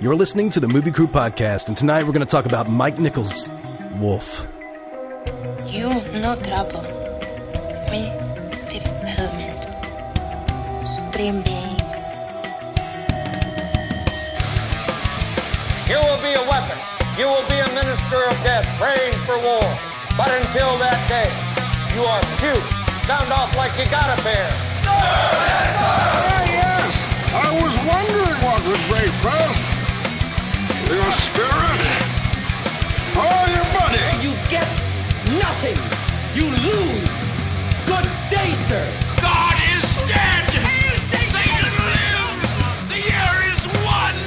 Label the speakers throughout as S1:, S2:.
S1: You're listening to the Movie Crew Podcast, and tonight we're going to talk about Mike Nichols' Wolf.
S2: You no trouble. Me fifth element. Supreme being.
S3: You will be a weapon. You will be a minister of death, praying for war. But until that day, you are cute. Sound off like you got a pair.
S4: Ah, yes. I was wondering what would break first. Your spirit or your body?
S5: You get nothing. You lose. Good day, sir.
S6: God is dead! Satan lives! The year is one!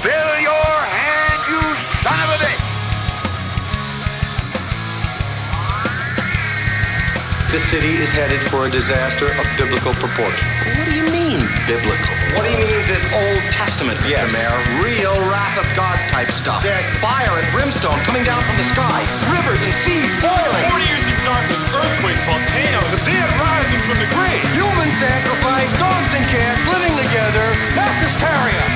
S6: Fill your hand, you son of a bitch!
S7: The city is headed for a disaster of biblical proportion. What do you mean, biblical? What he means is Old Testament, yes. Mayor. Real wrath of God type stuff. Fire and brimstone coming down from the sky. Rivers and seas boiling.
S8: 40 years of darkness, earthquakes, volcanoes, the dead rising from the grave.
S7: Human sacrifice, dogs and cats living together. Mass hysteria.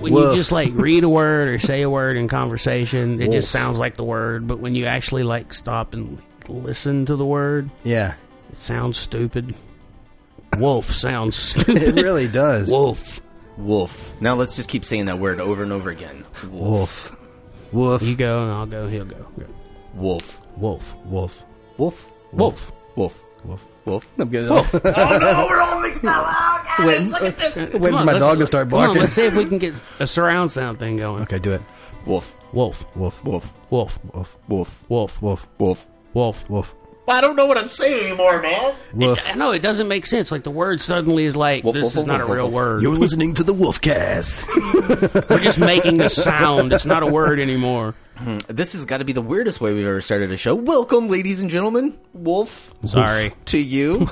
S9: when
S1: Woof.
S9: you just like read a word or say a word in conversation, it just
S1: Woof.
S9: sounds like the word. But when you actually like stop and like, listen to the word,
S1: Yeah,
S9: it sounds stupid. Wolf sounds
S1: it
S9: stupid.
S1: really does.
S9: Wolf.
S10: Wolf. Now let's just keep saying that word over and over again.
S1: Wolf. Wolf.
S9: You go and I'll go. He'll go. Go.
S10: Wolf.
S9: Wolf.
S1: Wolf.
S10: Wolf.
S9: Wolf.
S10: Wolf.
S1: Wolf.
S10: Wolf. I'm getting off.
S1: Oh, Wait, Oh, look at this. Wait for my dog to start
S9: Come on,
S1: barking.
S9: let's see if we can get a surround sound thing going.
S1: Okay, do it.
S10: Wolf.
S9: Wolf.
S1: Wolf.
S10: Wolf.
S9: Wolf.
S1: Wolf.
S10: Wolf.
S9: Wolf.
S1: Wolf.
S10: Wolf.
S9: Wolf.
S1: Wolf.
S7: I don't know what I'm saying anymore, man.
S1: Wolf.
S9: I know it doesn't make sense. Like the word suddenly is like
S10: Wolf,
S9: this
S10: wolf,
S9: is not
S10: wolf,
S9: a real
S10: wolf.
S9: word.
S1: You're listening to the Wolfcast.
S9: We're just making the sound. It's not a word anymore.
S10: This has got to be the weirdest way we've ever started a show. Welcome, ladies and gentlemen. Wolf.
S9: Sorry.
S10: To you.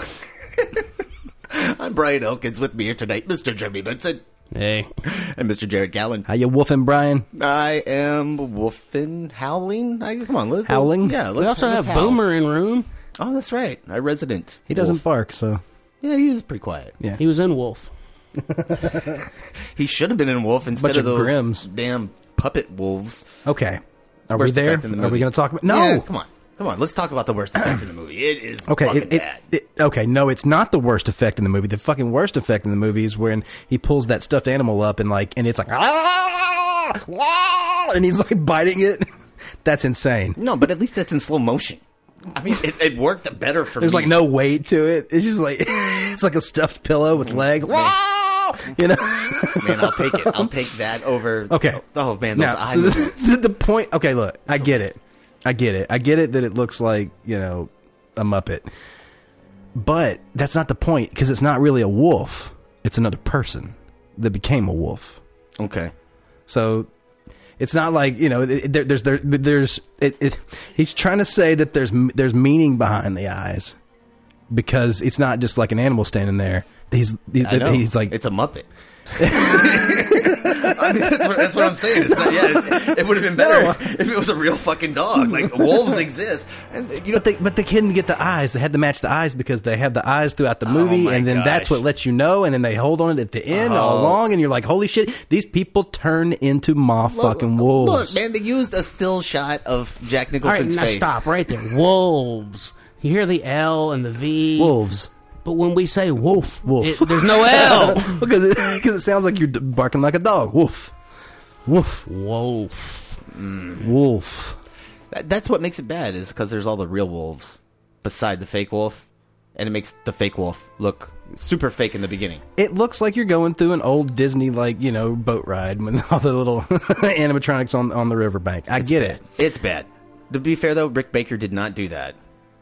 S10: I'm Brian Elkins with me here tonight, Mr. Jeremy Benson
S9: Hey.
S10: and Mr. Jared Gallen.
S1: How you wolfing, Brian?
S10: I am wolfing, howling. I, come on, let's,
S1: Howling?
S10: Yeah, let's,
S9: We also
S10: let's
S9: have
S10: howl.
S9: Boomer in room.
S10: Oh, that's right. Our resident.
S1: He doesn't
S10: wolf.
S1: bark, so
S10: Yeah, he is pretty quiet.
S9: He was in Wolf.
S10: He should have been in Wolf instead
S1: Bunch
S10: of
S1: of
S10: those
S1: Grimms.
S10: damn puppet wolves.
S1: okay. Are
S10: Worst
S1: we there?
S10: effect in the
S1: Are we
S10: movie.
S1: going to talk about? No.
S10: Yeah, come on, come on. Let's talk about the worst effect in the movie. It is
S1: Okay,
S10: fucking
S1: it, it,
S10: bad.
S1: it- okay, no, it's not the worst effect in the movie. The fucking worst effect in the movie is when he pulls that stuffed animal up and like, and it's like, ah, ah," and he's like biting it. That's insane.
S10: no, but at least that's in slow motion. I mean, it, it worked better for
S1: There's
S10: me.
S1: like no weight to it. It's just like it's like a stuffed pillow with legs. Ah, You know.
S10: man. I'll take it. I'll take that over.
S1: Okay.
S10: Oh man, those
S1: Now,
S10: eye
S1: so
S10: movements.
S1: the, the point. Okay, look, I get it. I get it. I get it that it looks like you know a muppet, but that's not the point because it's not really a wolf. It's another person that became a wolf.
S10: Okay.
S1: So it's not like you know it, there, there's there, but there's it, it. He's trying to say that there's m- there's meaning behind the eyes because it's not just like an animal standing there. He's he's,
S10: I know.
S1: he's like
S10: it's a muppet. I mean, that's, what, that's what I'm saying. It's not, yeah, it, would have been better if it was a real fucking dog. Like wolves exist, and you know
S1: But they, but they couldn't get the eyes. They had to match the eyes because they have the eyes throughout the movie,
S10: Oh my
S1: and then that's
S10: gosh. Oh.
S1: what lets you know. And then they hold on it at the end all along, and you're like, "Holy shit! These people turn into ma fucking wolves."
S10: Look, man, they used a still shot of Jack
S9: All right,
S10: Nicholson's
S9: now
S10: face.
S9: stop right there. Wolves. You hear the L and the V.
S1: Wolves,
S9: But when we say wolf,
S1: Wolf.
S9: it- there's no L.
S1: because it, because it sounds like you're d- barking like a dog. Woof, woof,
S9: wolf.
S1: Mm. wolf.
S10: That- That's what makes it bad is because there's all the real wolves beside the fake wolf, and it makes the fake wolf look super fake in the beginning.
S1: It looks like you're going through an old Disney like you know boat ride with all the little animatronics on on the riverbank. I get it.
S10: It's bad. To be fair though, Rick Baker did not do that.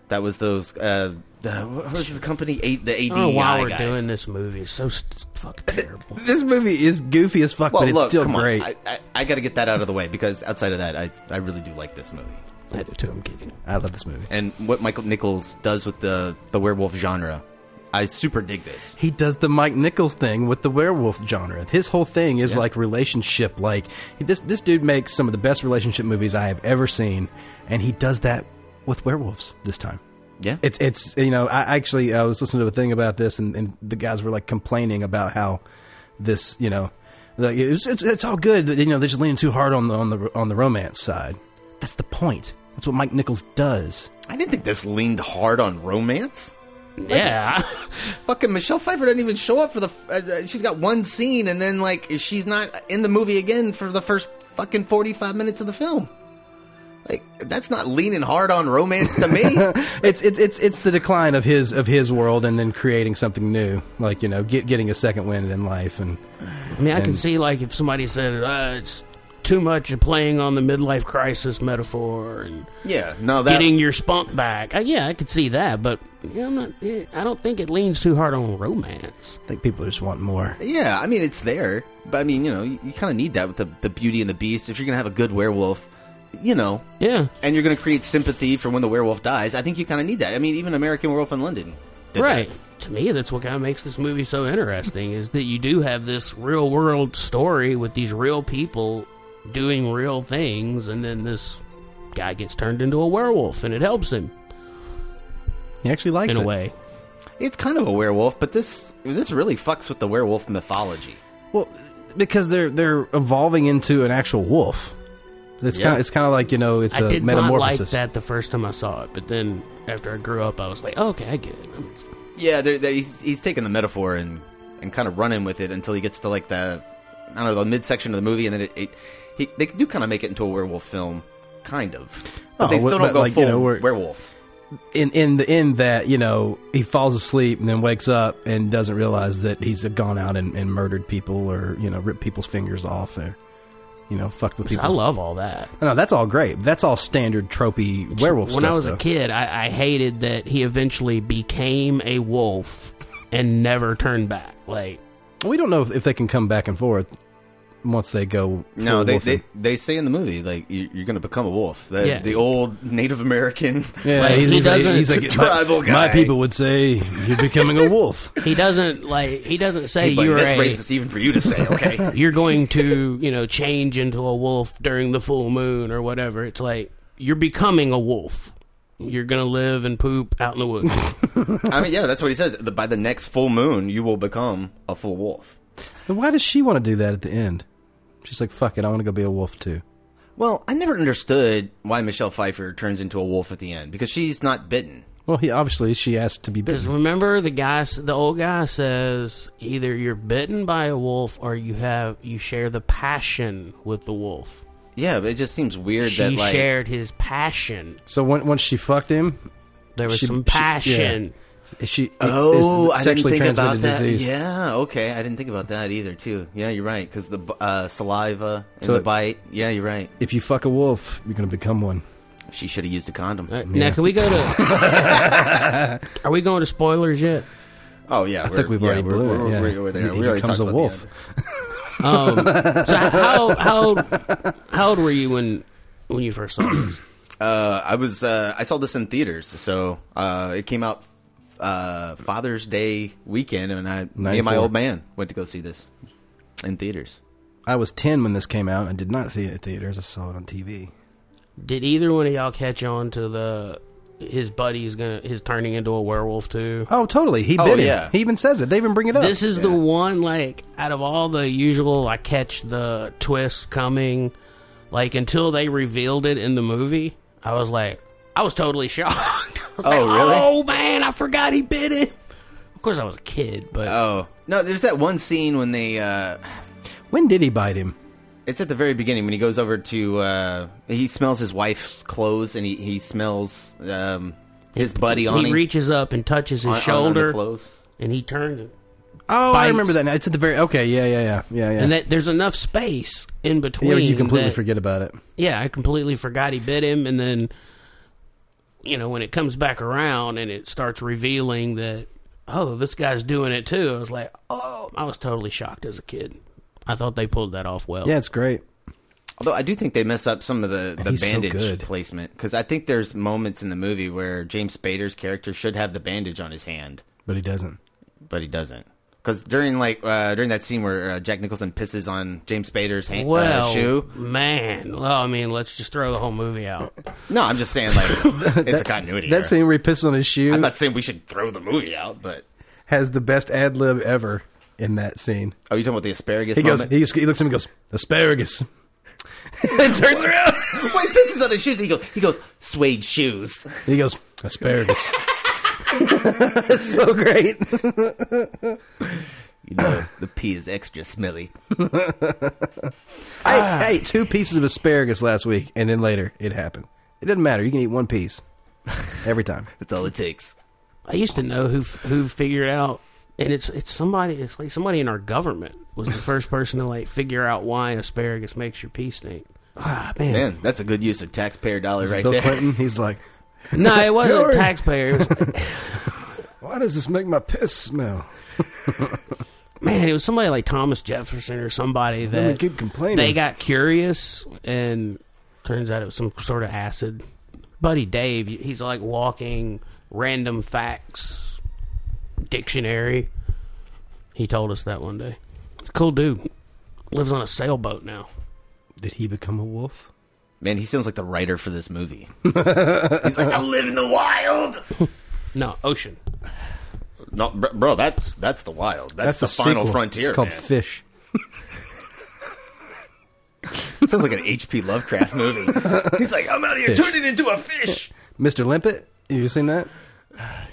S10: That was those uh, the what was the company? A, the AD.
S9: I don't know why
S10: guy
S9: Oh, we're
S10: guys.
S9: doing this movie. It's so st- fucking terrible.
S1: This movie is goofy as fuck,
S10: Well,
S1: but it's
S10: look,
S1: still
S10: come on.
S1: great.
S10: I, I, I got to get that out of the way because outside of that, I, I really do like this movie.
S9: I do too. I'm kidding.
S1: I love this movie.
S10: And what Michael Nichols does with the, the werewolf genre, I super dig this.
S1: He does the Mike Nichols thing with the werewolf genre. His whole thing is like relationship. Like this, this dude makes some of the best relationship movies I have ever seen, and he does that with werewolves this time.
S10: Yeah.
S1: It's it's you know I actually I was listening to a thing about this and, and the guys were like complaining about how this you know like it's, it's it's all good but, you know they're just leaning too hard on the on the on the romance side. That's the point. That's what Mike Nichols does.
S10: I didn't think this leaned hard on romance.
S9: Yeah.
S10: Fucking Michelle Pfeiffer doesn't even show up for the. f- Uh, uh, she's got one scene, and then like she's not in the movie again for the first fucking forty five minutes of the film. Like that's not leaning hard on romance to me.
S1: It's it's it's it's the decline of his of his world and then creating something new like you know get, getting a second wind in life and
S9: I mean, I can
S1: And-
S9: see like if somebody said uh, it's too much of playing on the midlife crisis metaphor and
S10: yeah, no, that
S9: getting your spunk back. Uh, yeah, I could see that, but yeah, I'm not, yeah, I don't think it leans too hard on romance.
S1: I think people just want more.
S10: Yeah, I mean it's there, but I mean you know you, you kind of need that with the the Beauty and the Beast. If you're gonna have a good werewolf, you know,
S9: Yeah,
S10: and you're gonna create sympathy for when the werewolf dies, I think you kind of need that. I mean even American Werewolf in London, did that.
S9: right. To me, that's what kind of makes this movie so interesting is that you do have this real world story with these real people doing real things, and then this guy gets turned into a werewolf, and it helps him
S1: He actually likes
S9: in a
S1: it.
S9: way.
S10: It's kind of a werewolf, but this this really fucks with the werewolf mythology.
S1: Well, because they're they're evolving into an actual wolf. It's
S10: Yeah.
S1: kind of, it's kind of like you know it's
S9: I
S1: a
S9: did not like
S1: metamorphosis.
S9: that the first time I saw it, but then after I grew up, I was like, okay, I get it. I'm-
S10: Yeah, they're, they he's, he's taking the metaphor and and kind of running with it until he gets to like the I don't know the midsection of the movie, and then it, it he, they do kind of make it into a werewolf film, kind of. But
S1: Oh,
S10: they
S1: but-
S10: still don't
S1: but,
S10: go
S1: like,
S10: full
S1: you know, we're-
S10: werewolf.
S1: In in the in that you know he falls asleep and then wakes up and doesn't realize that he's gone out and, and murdered people or you know ripped people's fingers off or you know fucked with people.
S9: I love all that.
S1: no, that's all great. That's all standard tropey werewolf
S9: when
S1: stuff.
S9: I was
S1: though.
S9: a kid, I, I hated that he eventually became a wolf and never turned back. Like,
S1: we don't know if, if they can come back and forth once they go.
S10: No,
S1: full
S10: they,
S1: wolfing.
S10: they they say in the movie like you, you're going to become a wolf. The,
S9: Yeah.
S10: the old Native American.
S1: Yeah,
S9: Like,
S1: he's,
S9: he
S1: he's like-
S9: doesn't-
S1: he's like, my-
S10: tribal
S1: my,
S10: guy.
S1: people would say you're becoming a wolf.
S9: he doesn't like he doesn't say
S10: Hey, buddy,
S9: you're
S10: that's
S9: a,
S10: racist even for you to say. Okay,
S9: you're going to you know change into a wolf during the full moon or whatever. It's like you're becoming a wolf. You're gonna live and poop out in the woods.
S10: I mean yeah, that's what he says. The, by the next full moon, you will become a full wolf.
S1: Then why does she want to do that at the end? She's like, fuck it, I want to go be a wolf too.
S10: Well, I never understood why Michelle Pfeiffer turns into a wolf at the end because she's not bitten.
S1: Well, he obviously she asked to be
S9: Because
S1: bitten.
S9: remember, the guy, s- the old guy says, either you're bitten by a wolf or you have you share the passion with the wolf.
S10: Yeah, but it just seems weird
S9: she
S10: that like
S9: shared his passion.
S1: So when, once she fucked him,
S9: There was
S1: She-
S9: some
S1: she- yeah.
S9: passion.
S1: is she
S10: oh,
S1: is
S10: I
S1: it
S10: didn't
S1: sexually
S10: think about
S1: transmitted
S10: that.
S1: disease.
S10: Yeah, okay, I didn't think about that either too. Yeah, you're right because the b- uh, saliva and
S1: So
S10: the
S1: it-
S10: bite. Yeah, you're right.
S1: If you fuck a wolf, you're gonna become one.
S10: She should have used a condom.
S9: Uh, Now, can we go to? are we going to spoilers yet?
S10: Oh yeah, I
S1: think we've already blew it, yeah. He- he
S10: we already
S1: becomes
S10: talked
S1: a
S10: about
S1: wolf.
S10: the end.
S9: Um, so how how how old were you when when you first saw this?
S10: Uh, I was uh, I saw this in theaters, so uh, it came out uh, Father's Day weekend, and I me and
S1: 94.
S10: my old man went to go see this in theaters.
S1: I was ten when this came out. I did not see it at theaters. I saw it on TV.
S9: Did either one of y'all catch on to the his buddy's gonna his turning into a werewolf too?
S1: Oh, totally. He
S10: Oh,
S1: bit
S10: yeah.
S1: him. He even says it. They even bring it up.
S9: This is the one, like, out of all the usual, I catch the twist coming. Like, until they revealed it in the movie, I was like, I was totally shocked. I was
S10: Oh,
S9: like,
S10: really?
S9: Oh, man, I forgot he bit him. Of course, I was a kid, but
S10: Oh no, there's that one scene when they uh,
S1: when did he bite him?
S10: It's at the very beginning when he goes over to uh, he smells his wife's clothes and he, he smells um, his buddy on
S9: he
S10: him,
S9: reaches up and touches his
S10: on- on- on the
S9: shoulder,
S10: clothes.
S9: and he turns. and-
S1: Oh, I
S9: Bites.
S1: remember that. Now. It's at the very. Okay, yeah, yeah, yeah, yeah, yeah.
S9: And that there's enough space in between.
S1: yeah you completely
S9: that-
S1: forget about it.
S9: Yeah, I completely forgot he bit him, and then you know, when it comes back around and it starts revealing that, oh, this guy's doing it too, I was like, oh, I was totally shocked as a kid. I thought they pulled that off well.
S1: Yeah, it's great.
S10: Although I do think they mess up some of the, the
S9: he's so
S10: bandage
S9: good.
S10: placement because I think there's moments in the movie where James Spader's character should have the bandage on his hand,
S1: but he doesn't.
S10: But he doesn't because during like uh, during that scene where uh, Jack Nicholson pisses on James Spader's hand,
S9: well,
S10: uh, shoe.
S9: man. Well, I mean, let's just throw the whole movie out.
S10: No, I'm just saying like it's a continuity.
S1: That
S10: error.
S1: scene where he pisses on his shoe
S10: I'm not saying we should throw the movie out, but
S1: has the best ad lib ever in that scene.
S10: oh, you talking about the asparagus?
S1: He goes,
S10: moment?
S1: he, goes- he looks at me and goes, asparagus. and turns around.
S10: Well, he pisses on his shoes. He goes, he goes, suede shoes.
S1: He goes, asparagus. It's so great.
S10: You know, the pee is extra smelly.
S1: I, I ate two pieces of asparagus last week, and then later it happened. It doesn't matter. You can eat one piece every time.
S10: That's all it takes.
S9: I used to know who who figured out, and it's it's somebody. It's like somebody in our government was the first person to like figure out why asparagus makes your pee stink. Ah, man.
S10: Man, that's a good use of taxpayer dollars right
S1: Bill
S10: there.
S1: Clinton, he's like,
S9: No, it wasn't
S1: Hillary.
S9: taxpayers.
S1: why does this make my piss smell?
S9: man, it was somebody like Thomas Jefferson or somebody
S1: Let me
S9: that
S1: keep complaining.
S9: they got curious, and turns out it was some sort of acid. Buddy Dave, he's like walking random facts dictionary. He told us that one day. It's a cool dude. Lives on a sailboat now.
S1: Did he become a wolf?
S10: Man, he sounds like the writer for this movie. He's like, I live in the wild.
S9: No, ocean.
S10: No, br- bro, that's that's the wild. That's,
S1: a
S10: the final
S1: sequel.
S10: frontier.
S1: It's called
S10: man.
S1: Fish.
S10: sounds like an H.P. Lovecraft movie. He's like, I'm out here
S1: Fish.
S10: turning into a fish.
S1: Mr. Limpet, have you seen that?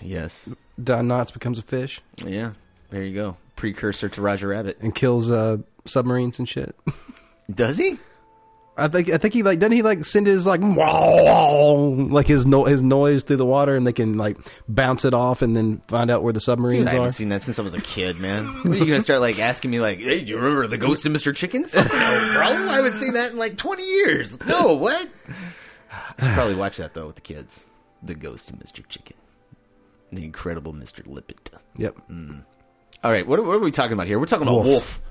S10: Yes.
S1: Don Knotts becomes a fish
S10: Yeah. There you go. Precursor to Roger Rabbit.
S1: and kills uh, submarines and shit.
S10: Does he?
S1: I think I think he like doesn't he like send his like like his no, his noise through the water and they can like bounce it off and then find out where the
S10: Dude,
S1: submarines
S10: I haven't
S1: are.
S10: seen that since I was a kid, man. What are you gonna start like asking me like, hey, do you remember the Ghost of Mr. Chicken? Fuck no, bro. I haven't seen that in like twenty years. No, what? I should probably watch that though with the kids. The Ghost of Mr. Chicken, the Incredible Mr. Lippet.
S1: Yep.
S10: Hmm. All right, what, are- what are we talking about here? We're talking about Wolf,
S1: Wolf.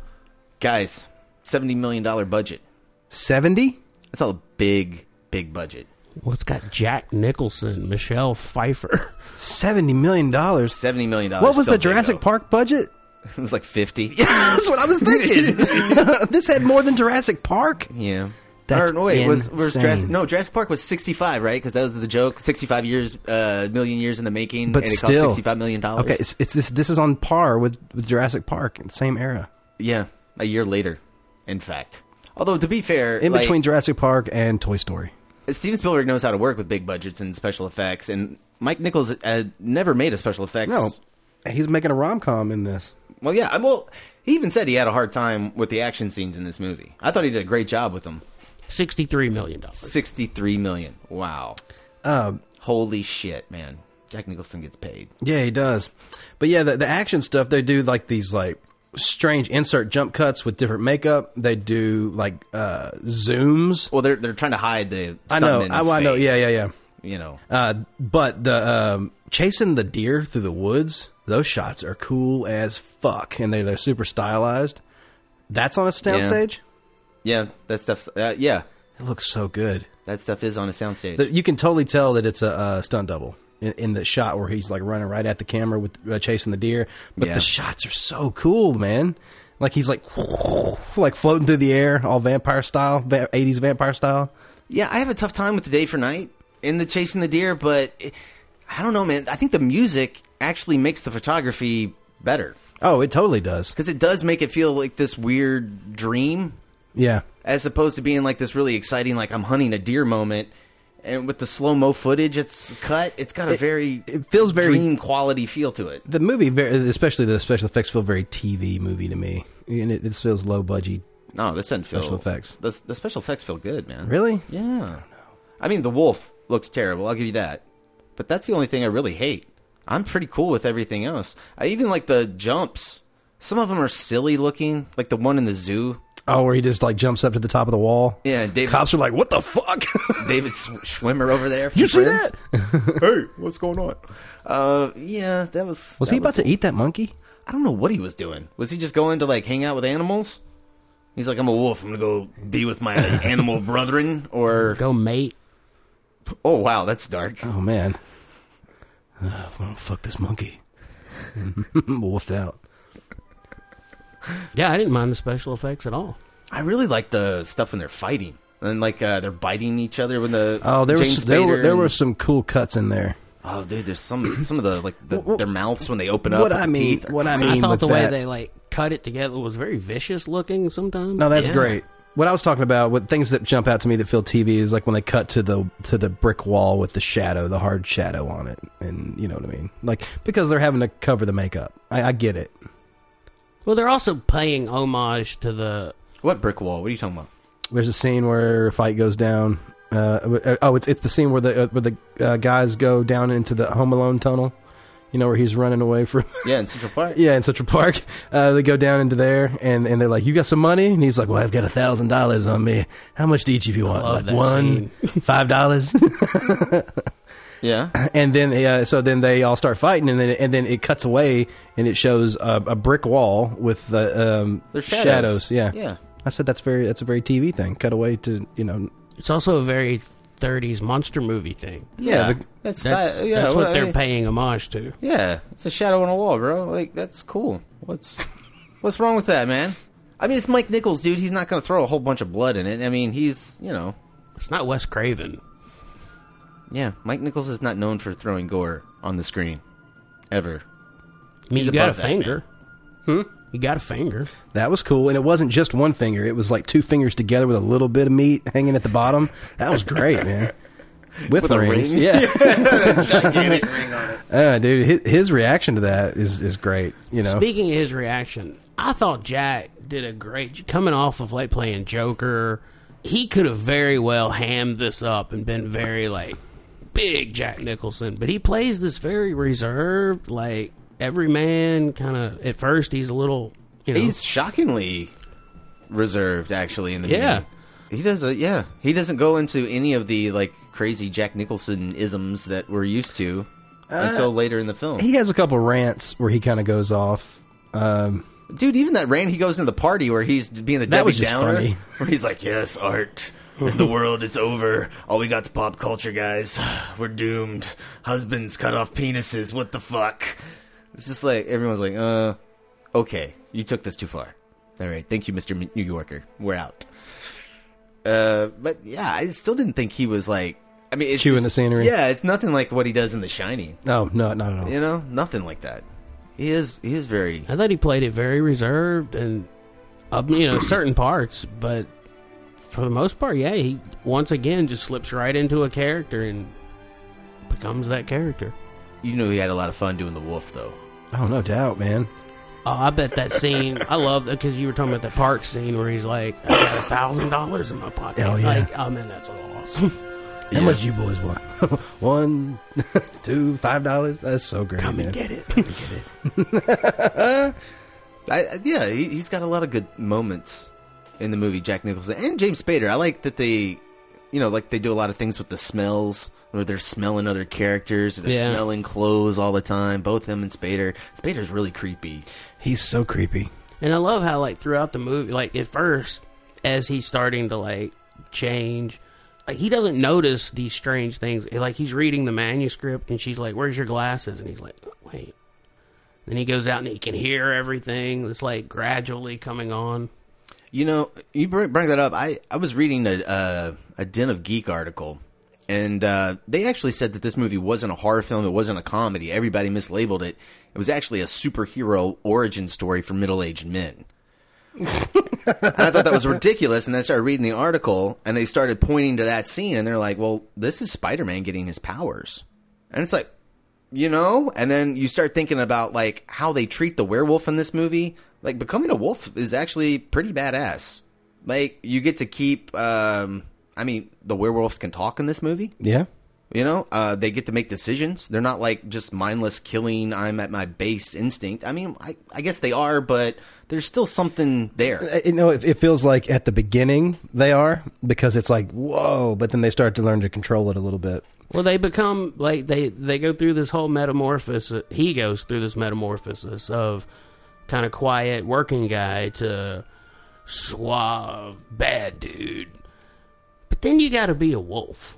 S10: guys. Seventy million dollar budget.
S1: Seventy?
S10: That's all a big, big budget.
S9: What's got Jack Nicholson, Michelle Pfeiffer?
S1: Seventy million dollars.
S10: Seventy million dollars.
S1: What was the Jurassic Park budget?
S10: It was like fifty.
S1: That's what I was thinking. this had more than Jurassic Park.
S10: Yeah.
S1: That's
S10: Or, no, wait, was, was
S1: insane.
S10: Jurassic, no, Jurassic Park was 65, right? Because that was the joke. 65 years, uh, million years in the making,
S1: But
S10: and it
S1: still,
S10: cost 65 million dollars.
S1: Okay, it's, it's this. This is on par with, with Jurassic Park, in the same era.
S10: yeah, a year later, in fact. Although to be fair,
S1: In
S10: like,
S1: between Jurassic Park and Toy Story.
S10: Steven Spielberg knows how to work with big budgets and special effects, and Mike Nichols uh, never made a special effects.
S1: No, he's making a rom com in this.
S10: Well, yeah, I- well, he even said he had a hard time with the action scenes in this movie. I thought he did a great job with them.
S9: Sixty-three million dollars.
S10: 63 million. Wow.
S1: Um,
S10: Holy shit, man. Jack Nicholson gets paid.
S1: Yeah, he does. But yeah, the, the action stuff they do like these like strange insert jump cuts with different makeup. They do like uh zooms.
S10: Well, they're they're trying to hide the.
S1: I know.
S10: stuntman's
S1: I, I know.
S10: face,
S1: Yeah, yeah, yeah.
S10: You know,
S1: Uh, but the um, chasing the deer through the woods, those shots are cool as fuck, and they they're super stylized. That's on a soundstage.
S10: yeah, that stuff's uh, yeah,
S1: It looks so good.
S10: that stuff is on a soundstage.
S1: But You can totally tell that it's a, uh stunt double in, in the shot where he's like running right at the camera with uh, chasing the deer. But
S10: Yeah.
S1: the shots are so cool, man. Like he's like like floating through the air, all vampire style, eighties vampire style.
S10: yeah, I have a tough time with the day for night in the chasing the deer, but it, I don't know, man. I think the music actually makes the photography better
S1: Oh, it totally does.
S10: because it does make it feel like this weird dream
S1: Yeah,
S10: as opposed to being like this really exciting, like I'm hunting a deer moment. And with the slow mo footage, it's cut. It's got a very
S1: it feels very-
S10: dream quality feel to it.
S1: the movie, very, especially the special effects, feel very TV movie to me, and it, it feels low budget.
S10: No, this doesn't feel
S1: Special effects.
S10: The, the special effects feel good, man.
S1: Really?
S10: Yeah. I, mean, the wolf looks terrible. I'll give you that. But that's the only thing I really hate. I'm pretty cool with everything else. I even like the jumps. Some of them are silly looking, like the one in the zoo.
S1: Oh, where he just like jumps up to the top of the wall.
S10: Yeah, David.
S1: Cops are like, "What the fuck?"
S10: David Sw- Schwimmer over there. From
S1: you see
S10: Friends.
S1: that? hey, what's going on?
S10: Uh, yeah, that was.
S1: Was
S10: that
S1: he about to eat that monkey?
S10: I don't know what he was doing. Was he just going to like hang out with animals? He's like, I'm a wolf. I'm gonna go be with my animal brethren, or
S9: Go mate.
S10: oh wow, that's dark.
S1: Oh man. Uh, well, fuck this monkey. Wolfed out.
S9: Yeah, I didn't mind the special effects at all.
S10: I really like the stuff when they're fighting and like uh, they're biting each other when the
S1: Oh, there
S10: James
S1: was there were
S10: Spader
S1: there
S10: and-
S1: were some cool cuts in there.
S10: oh dude, there's some some of the like the,
S1: What-
S10: their mouths when they open up.
S1: what
S10: with
S1: I
S10: the
S1: mean,
S10: teeth are-
S1: what I mean
S9: I thought
S1: with
S9: the way
S1: that-
S9: they like cut it together was very vicious looking sometimes.
S1: No, that's
S10: Yeah.
S1: great. What I was talking about, what things that jump out to me that feel TV is like when they cut to the to the brick wall with the shadow, the hard shadow on it, and you know what I mean. Like because they're having to cover the makeup. I, I get it.
S9: Well, they're also paying homage to the
S10: what brick wall? What are you talking about?
S1: There's a scene where a fight goes down. Uh, oh, it's it's the scene where the uh, where the uh, guys go down into the Home Alone tunnel. You know where he's running away from.
S10: Yeah, in Central Park.
S1: yeah, in Central Park. Uh, they go down into there, and, and they're like, "You got some money?" And he's like, "Well, I've got a thousand dollars on me. How much do each of you want?
S9: love
S1: like
S9: that
S1: one, five dollars."
S10: Yeah,
S1: and then uh, so then they all start fighting, and then and then it cuts away, and it shows a, a brick wall with the um,
S10: There's shadows.
S1: Yeah,
S10: Yeah.
S1: I said that's very that's a very TV thing. Cut away to you know.
S9: It's also a very 30s monster movie thing.
S10: yeah.
S1: but-
S10: that's
S9: That's,
S10: di- yeah,
S9: that's what
S10: I
S9: they're
S10: mean-
S9: paying homage to.
S10: Yeah, it's a shadow on a wall, bro. Like that's cool. What's what's wrong with that, man? I mean, it's Mike Nichols, dude. He's not gonna throw a whole bunch of blood in it. I mean, he's you know,
S9: It's not Wes Craven.
S10: yeah. Mike Nichols is not known for throwing gore on the screen, ever.
S9: I mean,
S10: He's
S9: you got a
S10: above that,
S9: finger. Hmm? You got a finger.
S1: That was cool, and it wasn't just one finger. It was like two fingers together with a little bit of meat hanging at the bottom. That was great, man. With,
S10: With a
S1: rings,
S10: ring?
S1: yeah,
S10: Gigantic ring on it.
S1: uh, dude. His, his reaction to that is is great. You know,
S9: Speaking of his reaction, I thought Jack did a great coming off of like playing Joker. He could have very well hammed this up and been very like big Jack Nicholson, but he plays this very reserved, like every man kind of. At first, he's a little, you know,
S10: He's shockingly reserved, actually, in the
S9: Yeah.
S10: movie. He does a yeah. He doesn't go into any of the like crazy Jack Nicholson isms that we're used to until later in the film.
S1: he has a couple rants where he kind of goes off. Um,
S10: Dude, even that Rand, he goes into the party where he's being the
S1: That
S10: Debbie
S1: was just
S10: Downer,
S1: funny.
S10: where he's like, "Yes, art in the world, it's over. All we got's pop culture, guys. We're doomed. Husbands cut off penises. What the fuck?" It's just like everyone's like, "Uh, okay, you took this too far. All right, thank you, Mister New Yorker. We're out." Uh, but yeah, I still didn't think he was like. I mean, it's,
S1: Chewing
S10: it's-
S1: the scenery.
S10: Yeah, it's nothing like what he does in The Shining.
S1: no, Oh, no, not at all.
S10: You know, nothing like that. He is. He is very.
S9: I thought he played it very reserved and, um, you know, certain parts, but for the most part, yeah, he once again just slips right into a character and becomes that character.
S10: You know, he had a lot of fun doing the wolf, though.
S1: Oh, no doubt, man.
S9: Oh, I bet that scene. I love that because you were talking about that park scene where he's like, "I got a thousand dollars in my pocket."
S1: Hell yeah.
S9: Like, oh man, that's awesome.
S1: How much do you boys want? One, two, five dollars. That's so great.
S9: Come
S1: man.
S9: and get it.
S10: I, I- yeah, he, he's got a lot of good moments in the movie Jack Nicholson and James Spader. I like that they, you know, like they do a lot of things with the smells, where they're smelling other characters, they're
S9: Yeah.
S10: smelling clothes all the time. Both him and Spader. Spader's really creepy.
S1: He's so creepy.
S9: And I love how like throughout the movie, like at first, as he's starting to like change, like he doesn't notice these strange things. Like he's reading the manuscript and she's like, "Where's your glasses?" And he's like, "Wait." Then he goes out and he can hear everything. It's like gradually coming on.
S10: You know, you br- bring that up. I, I was reading a, a a Den of Geek article, and uh, they actually said that this movie wasn't a horror film. It wasn't a comedy. Everybody mislabeled it. It was actually a superhero origin story for middle aged men. and I thought that was ridiculous. And then I started reading the article, and they started pointing to that scene, and they're like, "Well, this is Spider Man getting his powers," and it's like, you know and then you start thinking about like how they treat the werewolf in this movie like becoming a wolf is actually pretty badass like you get to keep um i mean the werewolves can talk in this movie
S1: Yeah.
S10: You know, uh, they get to make decisions. They're not like just mindless killing. I'm at my base instinct. I mean, I, I guess they are, but there's still something there.
S1: Uh, You know, it, it feels like at the beginning they are because it's like whoa, but then they start to learn to control it a little bit.
S9: Well, they become like they they go through this whole metamorphosis. He goes through this metamorphosis of kind of quiet working guy to suave bad dude. But then you got to be a wolf.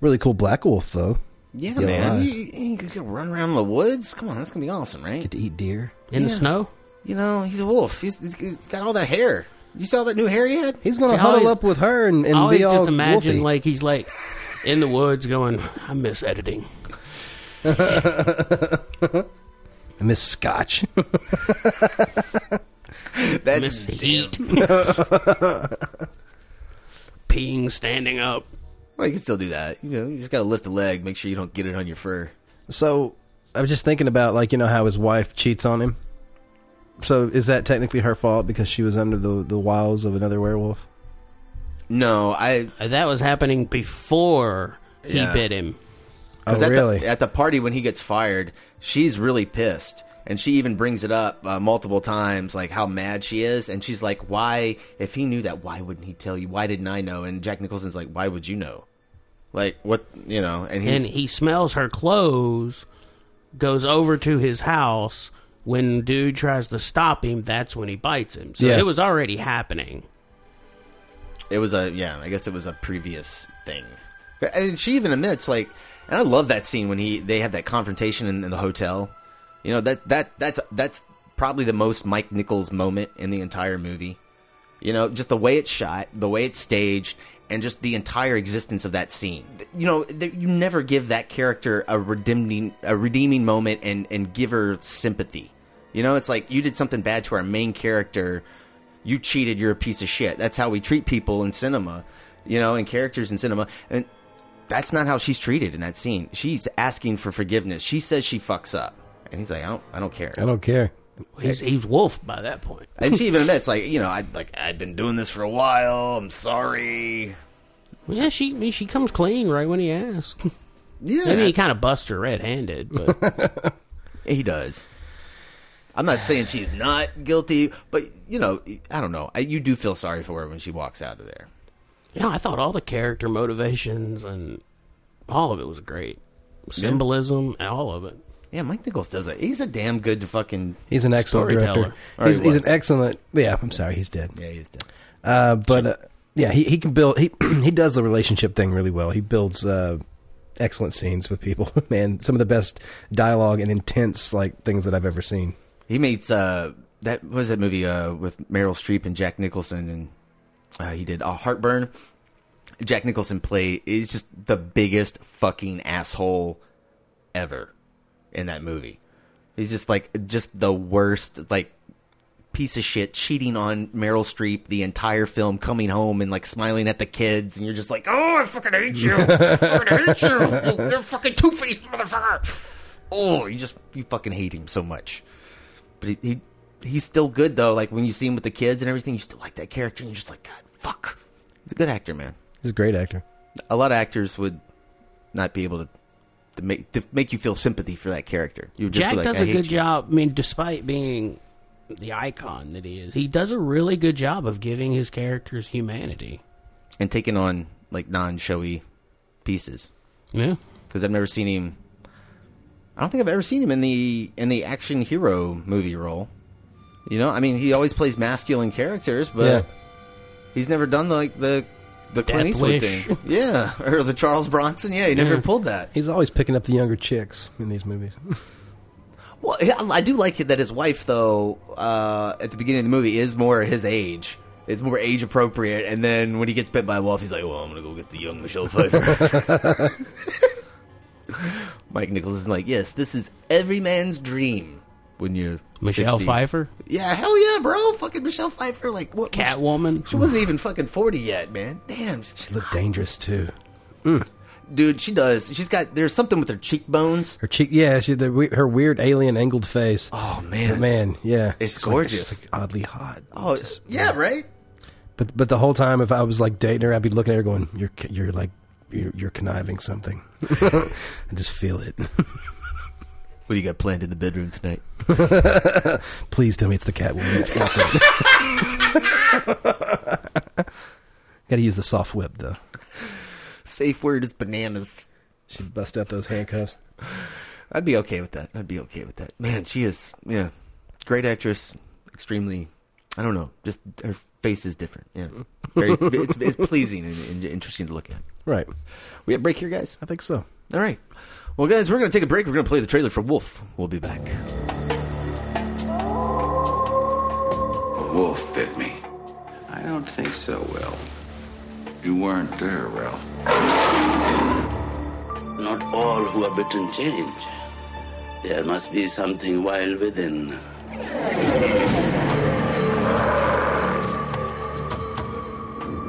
S1: really cool black wolf though.
S10: Yeah,
S1: Yellow
S10: man.
S1: eyes.
S10: You, you could run around the woods. Come on, that's gonna be awesome, right? Get
S1: to eat deer
S9: In the snow?
S10: You know, he's a wolf. He's, he's, he's got all that hair. You saw that new hair he had?
S1: He's gonna huddle up with her and, and
S9: I always
S1: be all
S9: just imagine
S1: wolfy.
S9: like he's like in the woods going, I miss editing.
S1: I miss Scotch.
S10: That's
S9: miss heat. Peeing standing up.
S10: Well, you can still do that. You know, you just gotta lift a leg, make sure you don't get it on your fur.
S1: So I was just thinking about like you know how his wife cheats on him. So is that technically her fault because she was under the the wiles of another werewolf?
S10: No, I.
S9: That was happening before he
S10: Yeah.
S9: bit him.
S10: 'Cause
S1: Oh,
S10: at
S1: really?
S10: The, at the party when he gets fired, she's really pissed, and she even brings it up uh, multiple times, like how mad she is, and she's like, "Why? If he knew that, why wouldn't he tell you? Why didn't I know?" And Jack Nicholson's like, "Why would you know? Like what? You know?" And he's
S9: and he smells her clothes, goes over to his house. When dude tries to stop him, that's when he bites him. So
S10: Yeah.
S9: it was already happening.
S10: it was a yeah i guess it was a previous thing and she even admits like and i love that scene when he they have that confrontation in, in the hotel you know that that that's that's probably the most mike nichols moment in the entire movie you know just the way it's shot the way it's staged and just the entire existence of that scene you know th- you never give that character a redeeming a redeeming moment and and give her sympathy you know it's like you did something bad to our main character you cheated you're a piece of shit that's how we treat people in cinema you know and characters in cinema and that's not how she's treated in that scene she's asking for forgiveness she says she fucks up and he's like i don't, I don't care
S1: I don't care.
S9: He's, he's wolf by that point.
S10: and she even admits like you know i like i've been doing this for a while i'm sorry
S9: Yeah, she I mean, she comes clean right when he asks.
S10: Yeah,
S9: I mean, he kind of busts her red handed, but
S10: he does i'm not saying she's not guilty but you know i don't know I, you do feel sorry for her when she walks out of there
S9: yeah, I thought all the character motivations and all of it was great. Symbolism, all of it.
S10: yeah mike nichols does it he's a damn good fucking
S1: He's an excellent director.
S10: Storyteller. Or he
S1: He's, he's
S10: was.
S1: an excellent. Yeah, I'm sorry, he's dead.
S10: yeah he's dead
S1: Uh, but uh, yeah, he, he can build. He he does the relationship thing really well. He builds uh, excellent scenes with people. Man, some of the best dialogue and intense like things that I've ever seen.
S10: He made uh, that what was that movie uh, with Meryl Streep and Jack Nicholson, and uh, he did uh, Heartburn. Jack Nicholson play is just the biggest fucking asshole ever in that movie. He's just like just the worst like piece of shit cheating on Meryl Streep the entire film, coming home and like smiling at the kids, and you're just like, oh, I fucking hate you, I fucking hate you, you, you're a fucking two faced motherfucker. Oh, you just you fucking hate him so much but he, he he's still good though. Like when you see him with the kids and everything, you still like that character, and you're just like, God, fuck, he's a good actor, man.
S1: He's a great actor.
S10: A lot of actors would not be able to to make to make you feel sympathy for that character. You would just
S9: Jack
S10: be like,
S9: does
S10: I
S9: a
S10: hate
S9: good
S10: you.
S9: job. I mean, despite being the icon that he is, he does a really good job of giving his characters humanity.
S10: and taking on like non-showy pieces
S9: Yeah.
S10: because I've never seen him. I don't think I've ever seen him in the in the action hero movie role. You know, I mean, he always plays masculine characters, but
S1: Yeah.
S10: he's never done like the the
S9: Death
S10: Clint Eastwood
S9: Wish.
S10: thing, yeah, or the Charles Bronson. Yeah, he never pulled that.
S1: He's always picking up the younger chicks in these movies.
S10: Well, yeah, I do like it that his wife, though, uh, at the beginning of the movie, is more his age. It's more age appropriate, and then when he gets bit by a wolf, he's like, "Well, I'm gonna go get the young Michelle Pfeiffer." Mike Nichols is like, "Yes, this is every man's dream when you're
S9: Michelle
S10: 60.
S9: Pfeiffer,
S10: Yeah, hell yeah, bro! Fucking Michelle Pfeiffer, like what?
S9: Catwoman.
S10: She wasn't even fucking forty yet, man. Damn,
S1: She looked dangerous too.
S10: dude, she does. She's got there's something with her cheekbones.
S1: Her cheek, yeah, she, the, we- her weird alien angled face.
S10: Oh man,
S1: But man, yeah,
S10: It's
S1: She's like- she's
S10: gorgeous.
S1: like oddly hot.
S10: Oh yeah, right.
S1: But but the whole time, if I was like dating her, I'd be looking at her going, "You're you're like you're, you're conniving something. I just feel it.
S10: What do you got planned in the bedroom tonight?
S1: Please tell me it's the Catwoman. Got to use the soft whip though.
S10: Safe word is bananas.
S1: She bust out those handcuffs.
S10: I'd be okay with that. I'd be okay with that. Man, she is yeah, great actress. Extremely, I don't know. Just her face is different. Yeah, very. it's, it's pleasing and, and interesting to look at.
S1: Right.
S10: We have a break here, guys.
S1: I think so.
S10: All right. Well, guys, we're gonna take a break. We're gonna play the trailer for Wolf. We'll be back.
S11: A wolf bit me. I don't think so, Will. You weren't there, Will.
S12: Not all who are bitten change. There must be something wild within.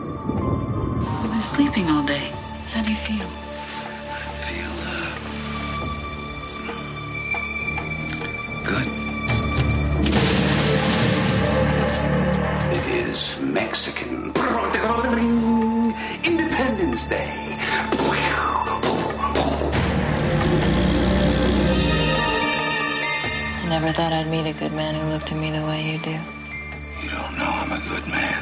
S13: You've been sleeping all day. How do you feel?
S11: It is Mexican. Independence Day.
S13: I never thought I'd meet a good man who looked at me the way you do.
S11: You don't know I'm a good man.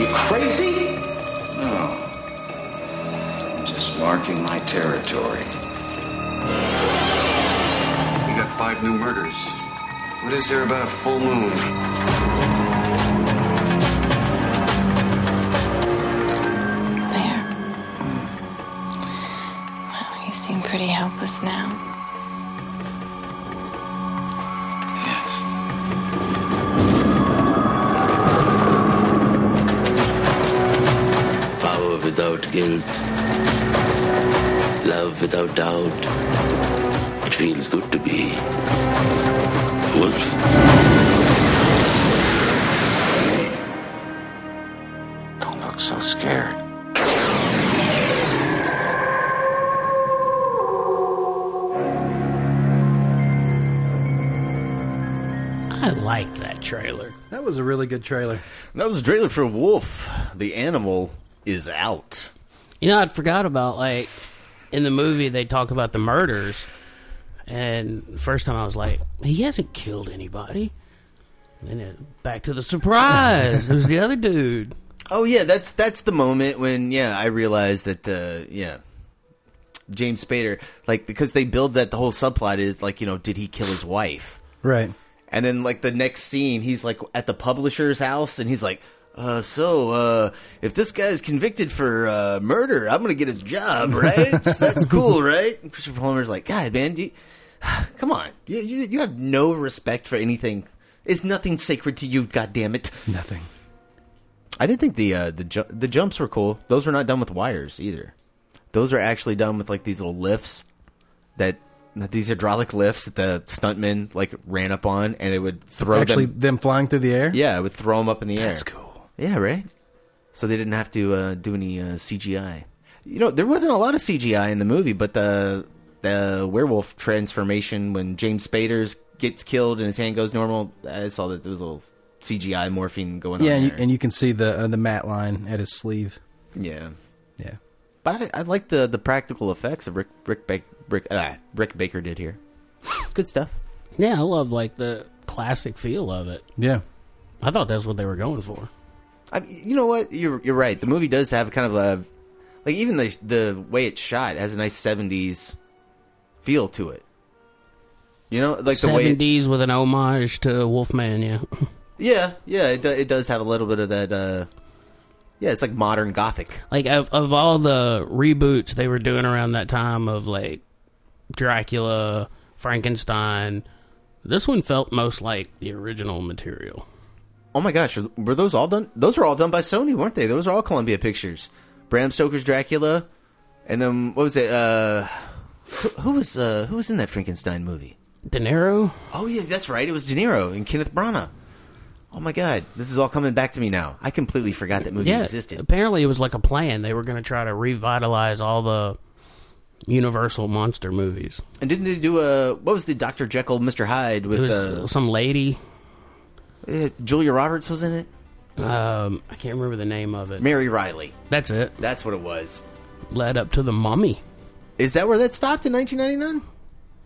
S11: You crazy? No. I'm just marking my territory.
S14: We got five new murders. What is there about a full moon?
S13: Well, you seem pretty helpless now.
S12: Power without guilt. Love without doubt. It feels good to be a wolf.
S11: Don't look so scared.
S9: I like that trailer.
S1: That was a really good trailer.
S10: That was a trailer for Wolf. The animal is out.
S9: You know, I'd forgot about like in the movie they talk about the murders, and the first time I was like, he hasn't killed anybody. And then it, back to the surprise. Who's the other dude?
S10: Oh yeah, that's that's the moment when yeah I realized that uh, yeah James Spader like because they build that the whole subplot is like you know did he kill his wife
S1: Right.
S10: and then like the next scene he's like at the publisher's house and he's like uh so uh if this guy's convicted for uh murder I'm gonna get his job right So that's cool right And Christopher Plummer's like God man do you, come on you, you you have no respect for anything is nothing sacred to you God damn it.
S1: Nothing.
S10: I did think the uh, the ju- the jumps were cool. Those were not done with wires either. Those are actually done with like these little lifts that, that these hydraulic lifts that the stuntmen like ran up on, and it would throw
S1: it's actually
S10: them.
S1: them. flying through the air.
S10: Yeah, it would throw them up in the air.
S1: That's cool.
S10: Yeah, right. So they didn't have to uh, do any uh, CGI. You know, there wasn't a lot of CGI in the movie, but the the werewolf transformation when James Spader's gets killed and his hand goes normal, I saw that there was a little CGI morphine going
S1: Yeah,
S10: on.
S1: and you,
S10: there.
S1: and you can see the uh, the matte line at his sleeve.
S10: yeah.
S1: Yeah.
S10: But I, I like the the practical effects of Rick Rick Baker Rick, ah, Rick Baker did here. It's good stuff.
S9: Yeah, I love like the classic feel of it.
S1: Yeah.
S9: I thought that's what they were going for.
S10: I mean, you know what? You're you're right. The movie does have kind of a like even the the way it's shot has a nice seventies feel to it. You know, like the way it-
S9: Seventies with an homage to Wolfman. Yeah,
S10: yeah, yeah, it do, it does have a little bit of that. uh Yeah, it's like modern gothic.
S9: like of, of all the reboots they were doing around that time of like Dracula, Frankenstein. This one felt most like the original material.
S10: Oh my gosh, are- were those all done? Those were all done by Sony, weren't they? Those are all Columbia Pictures. Bram Stoker's Dracula, and then what was it? Uh, who, who was uh, who was in that Frankenstein movie?
S9: De Niro.
S10: Oh yeah, that's right. It was De Niro and Kenneth Branagh. Oh my god, this is all coming back to me now. I completely forgot that movie
S9: yeah,
S10: existed.
S9: apparently it was like a plan. They were going to try to revitalize all the Universal monster movies.
S10: And didn't they do a what was the Doctor Jekyll, Mister Hyde
S9: It
S10: with
S9: was
S10: uh,
S9: some lady.
S10: eh, Julia Roberts was in it?
S9: Um, I can't remember the name of it.
S10: Mary Riley.
S9: That's it.
S10: That's what it was.
S9: Led up to the mummy.
S10: Is that where that stopped in 1999?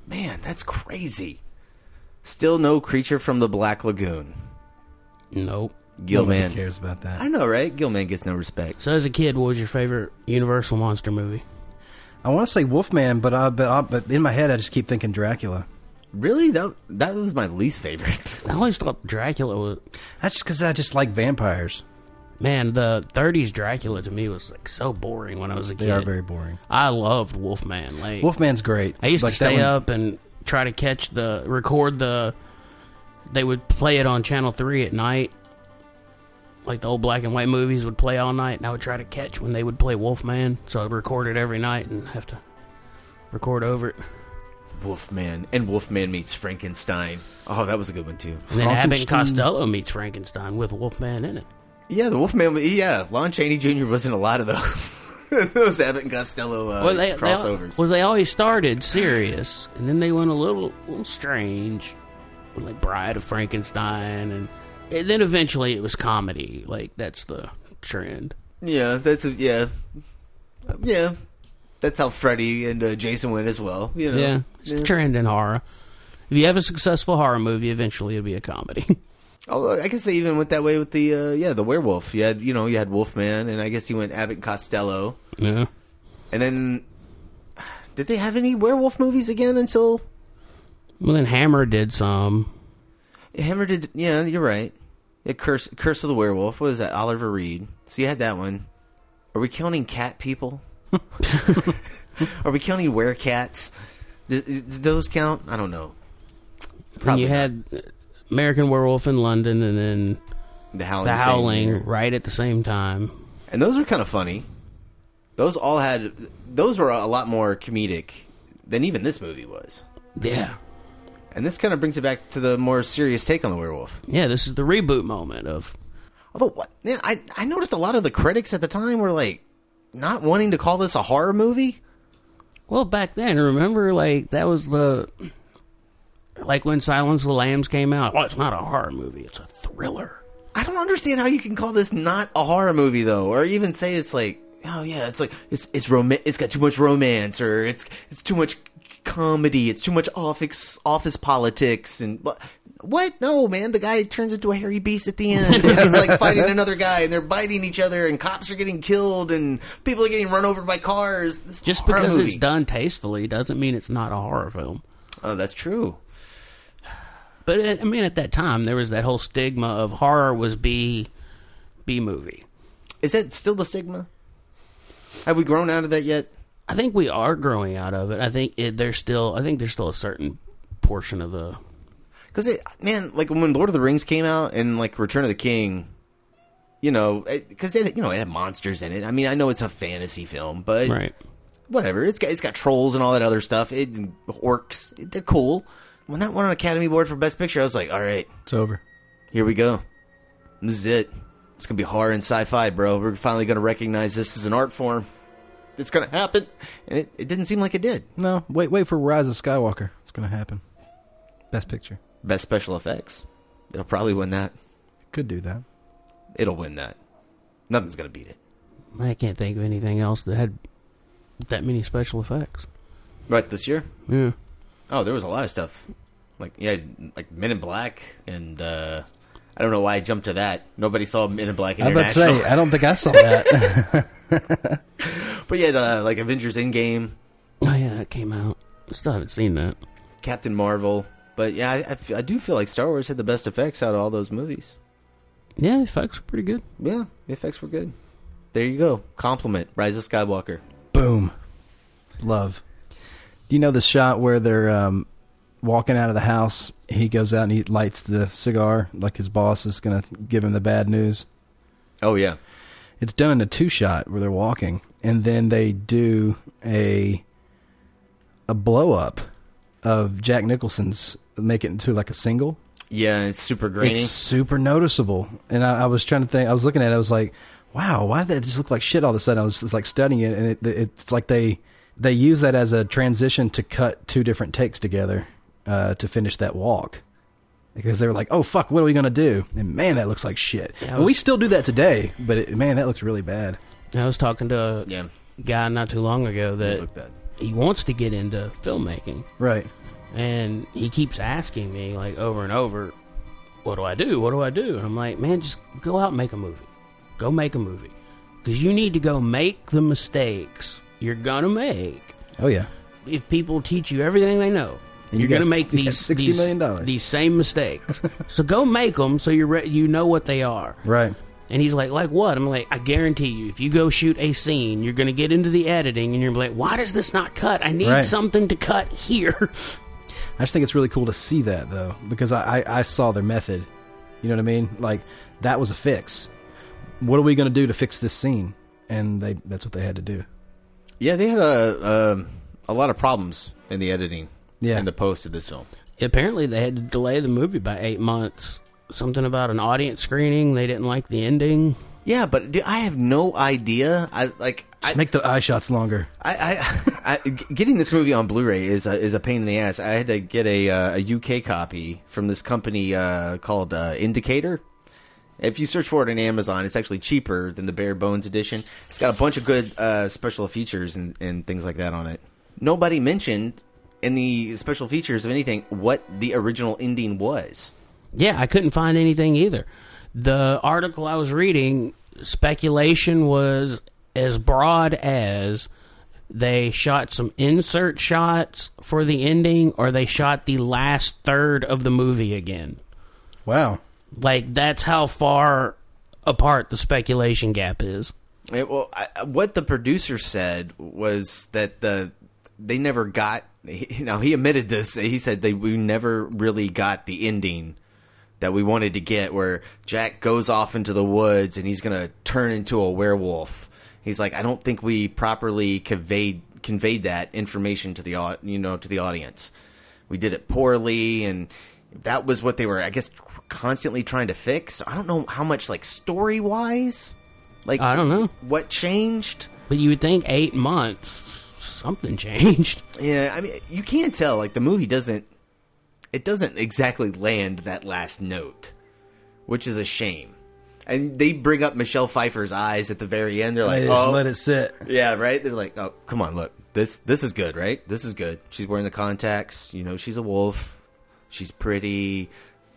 S10: Man, that's crazy. Still no creature from the Black Lagoon.
S9: Nope.
S10: Gilman
S1: Nobody cares about that.
S10: I know, right? Gilman gets no respect.
S9: So, as a kid, what was your favorite Universal monster movie?
S1: I want to say Wolfman, but I, but I, but in my head, I just keep thinking Dracula.
S10: Really, that that was my least favorite.
S9: I always thought Dracula was.
S1: That's just because I just like vampires.
S9: Man, the '30s Dracula to me was like so boring when I was a kid.
S1: They are very boring.
S9: I loved Wolfman. Like
S1: Wolfman's great.
S9: I used
S1: Like
S9: to
S1: that
S9: stay
S1: one-
S9: up and try to catch the record the. They would play it on Channel Three at night. Like the old black and white movies would play all night, and I would try to catch when they would play Wolfman. So I'd record it every night and have to record over it.
S10: Wolfman and Wolfman meets Frankenstein. Oh, that was a good one too.
S9: And then Abbott and Costello meets Frankenstein with Wolfman in it.
S10: Yeah, the Wolfman. Yeah, Lon Chaney Jr. was in a lot of those. those Abbott and Costello uh,
S9: Well, they, they-
S10: crossovers.
S9: well, they always started serious, and then they went a little, little strange, with like Bride of Frankenstein, and, and then eventually it was comedy. Like that's the trend.
S10: yeah, that's a, yeah, yeah. That's how Freddy and uh, Jason went as well. You know?
S9: yeah, it's the trend in horror. If you have a successful horror movie, eventually it'll be a comedy.
S10: Although I guess they even went that way with the uh, yeah the werewolf. You had you know you had Wolfman, and I guess you went Abbott and Costello,
S9: yeah.
S10: and then did they have any werewolf movies again until
S9: Well, then Hammer did some.
S10: Hammer did? Yeah, you're right. Yeah, Curse Curse of the Werewolf. What was that? Oliver Reed. So you had that one. Are we counting cat people? Are we counting werecats? Do, do those count? I don't know.
S9: and you had uh, American Werewolf in London, and then
S10: the Howling,
S9: Oh,
S10: same
S9: the
S10: year.
S9: Howling right at the same time.
S10: And those were kind of funny. Those all had. Those were a lot more comedic than even this movie was.
S9: Yeah.
S10: And this kind of brings it back to the more serious take on the werewolf.
S9: Yeah, this is the reboot moment of
S10: Although, what man, I I noticed a lot of the critics at the time were like not wanting to call this a horror movie.
S9: Well, back then, remember, like that was the like when Silence of the Lambs came out. Well, it's not a horror movie; it's a thriller.
S10: I don't understand how you can call this not a horror movie though, or even say it's like, oh yeah, it's like it's it's rom- it's got too much romance, or it's it's too much c- comedy, it's too much office office politics, and but what? No, man, the guy turns into a hairy beast at the end. and he's like fighting another guy, and they're biting each other, and cops are getting killed, and people are getting run over by cars. This is a
S9: Just
S10: horror
S9: because
S10: movie.
S9: it's done tastefully doesn't mean it's not a horror film.
S10: Oh, that's true.
S9: But uh, I mean, at that time, there was that whole stigma of horror was B B movie.
S10: Is that still the stigma? Have we grown out of that yet?
S9: I think we are growing out of it. I think it, there's still I think there's still a certain portion of the
S10: Because it, man, like when Lord of the Rings came out and like Return of the King, you know, because it, you know it had monsters in it. I mean, I know it's a fantasy film, but
S9: Right.
S10: whatever. It's got it's got trolls and all that other stuff. It orcs, they're cool. When that won an Academy Award for Best Picture, I was like, all right,
S1: It's over.
S10: here we go. This is it. It's gonna be horror and sci-fi, bro. We're finally gonna recognize this as an art form. It's gonna happen, and it, it didn't seem like it did.
S1: No, wait, wait for Rise of Skywalker. It's going to happen. Best picture
S10: Best special effects, it'll probably win that.
S1: could do that.
S10: It'll win that. Nothing's gonna beat it.
S9: I can't think of anything else that had that many special effects.
S10: Right this year?
S9: Yeah.
S10: Oh, there was a lot of stuff. Like yeah, like Men in Black and uh I don't know why I jumped to that. Nobody saw Men in Black
S1: I'm about to
S10: International.
S1: say, I don't think I saw that.
S10: but yeah, uh, like Avengers Endgame,
S9: Oh yeah, that came out. Still haven't seen that.
S10: Captain Marvel. But yeah, I- I, f- I do feel like Star Wars had the best effects out of all those movies.
S9: Yeah, the effects were pretty good.
S10: Yeah, the effects were good. There you go. Compliment. Rise of Skywalker.
S1: Boom. Love. Do you know the shot where they're um, walking out of the house? He goes out and he lights the cigar like his boss is going to give him the bad news.
S10: Oh yeah.
S1: It's done in a two shot where they're walking, and then they do a a blow up of Jack Nicholson's make it into like a single.
S10: Yeah, it's super grainy.
S1: It's super noticeable. And I, I was trying to think. I was looking at. it. I was like, "Wow, why did that just look like shit all of a sudden?" I was just like studying it, and it, it's like they they use that as a transition to cut two different takes together uh, to finish that walk. because they were like, "Oh fuck, what are we gonna do?" And man, that looks like shit.
S9: Yeah, I
S1: we
S9: was-
S1: still do that today, but it, man, that looks really bad.
S9: I was talking to a guy not too long ago that he wants to get into filmmaking.
S1: Right.
S9: And he keeps asking me, like, over and over, what do I do? What do I do? And I'm like, man, just go out and make a movie. Go make a movie. Because you need to go make the mistakes you're going to make.
S1: Oh yeah,
S9: If people teach you everything they know,
S1: And you
S9: you're going to
S1: got-
S9: make
S1: you got
S9: these,
S1: $60
S9: these,
S1: million dollars.
S9: these same mistakes. so go make them so you're re- you know what they are.
S1: right.
S9: And he's like, like what? I'm like, I guarantee you, if you go shoot a scene, you're going to get into the editing and you're gonna be like, why does this not cut? I need
S1: Right.
S9: something to cut here.
S1: I just think it's really cool to see that though, because I, I, I saw their method. You know what I mean? Like that was a fix. What are we gonna do to fix this scene? And they that's what they had to do.
S10: Yeah, they had a um, a, a lot of problems in the editing.
S1: Yeah.
S10: and the post of this film.
S9: Apparently, they had to delay the movie by eight months. Something about an audience screening. They didn't like the ending.
S10: Yeah, but dude, I have no idea. I like I,
S1: make the eye shots longer.
S10: I, I, I g- getting this movie on Blu-ray is a, is a pain in the ass. I had to get a uh, a UK copy from this company uh, called uh, Indicator. If you search for it on Amazon, it's actually cheaper than the bare bones edition. It's got a bunch of good uh, special features and, and things like that on it. Nobody mentioned in the special features of anything what the original ending was.
S9: Yeah, I couldn't find anything either. The article I was reading, speculation was as broad as they shot some insert shots for the ending, or they shot the last third of the movie again.
S1: Wow.
S9: Like, that's how far apart the speculation gap is.
S10: Yeah, well, I, I- what the producer said was that the they never got. He, now he admitted this. He said they we never really got the ending that we wanted to get, where Jack goes off into the woods and he's gonna turn into a werewolf. He's like, I don't think we properly conveyed conveyed that information to the au- you know to the audience. We did it poorly, and that was what they were, I guess, constantly trying to fix. I don't know how much like story wise. Like
S9: I don't know.
S10: what changed.
S9: But you would think eight months, something changed.
S10: Yeah, I mean, you can't tell. Like the movie doesn't, it doesn't exactly land that last note, which is a shame. And they bring up Michelle Pfeiffer's eyes at the very end. They're like,
S1: They just
S10: "Oh,
S1: let it sit.
S10: yeah, right." They're like, "Oh, come on, look, this this is good, right? This is good." She's wearing the contacts. You know, she's a wolf. She's pretty.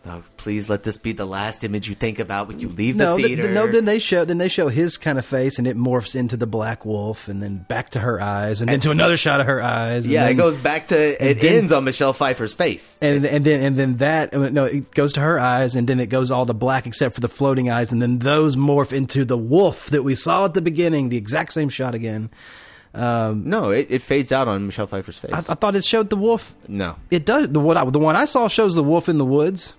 S10: Oh, please let this be the last image you think about when you leave
S1: no,
S10: the
S1: th-
S10: theater.
S1: th- no. Then they show then they show his kind of face, and it morphs into the black wolf, and then back to her eyes, and then to another shot of her eyes. and
S10: yeah,
S1: then-
S10: it goes back to
S1: and
S10: it
S1: then-
S10: ends on Michelle Pfeiffer's face.
S1: and and then and then that uh, no, it goes to her eyes, and then it goes all the black except for the floating eyes, and then those morph into the wolf that we saw at the beginning, the exact same shot again. Um,
S10: no, it, it fades out on Michelle Pfeiffer's face.
S1: I, I thought it showed the wolf.
S10: No,
S1: it does. The what I, the one I saw shows the wolf in the woods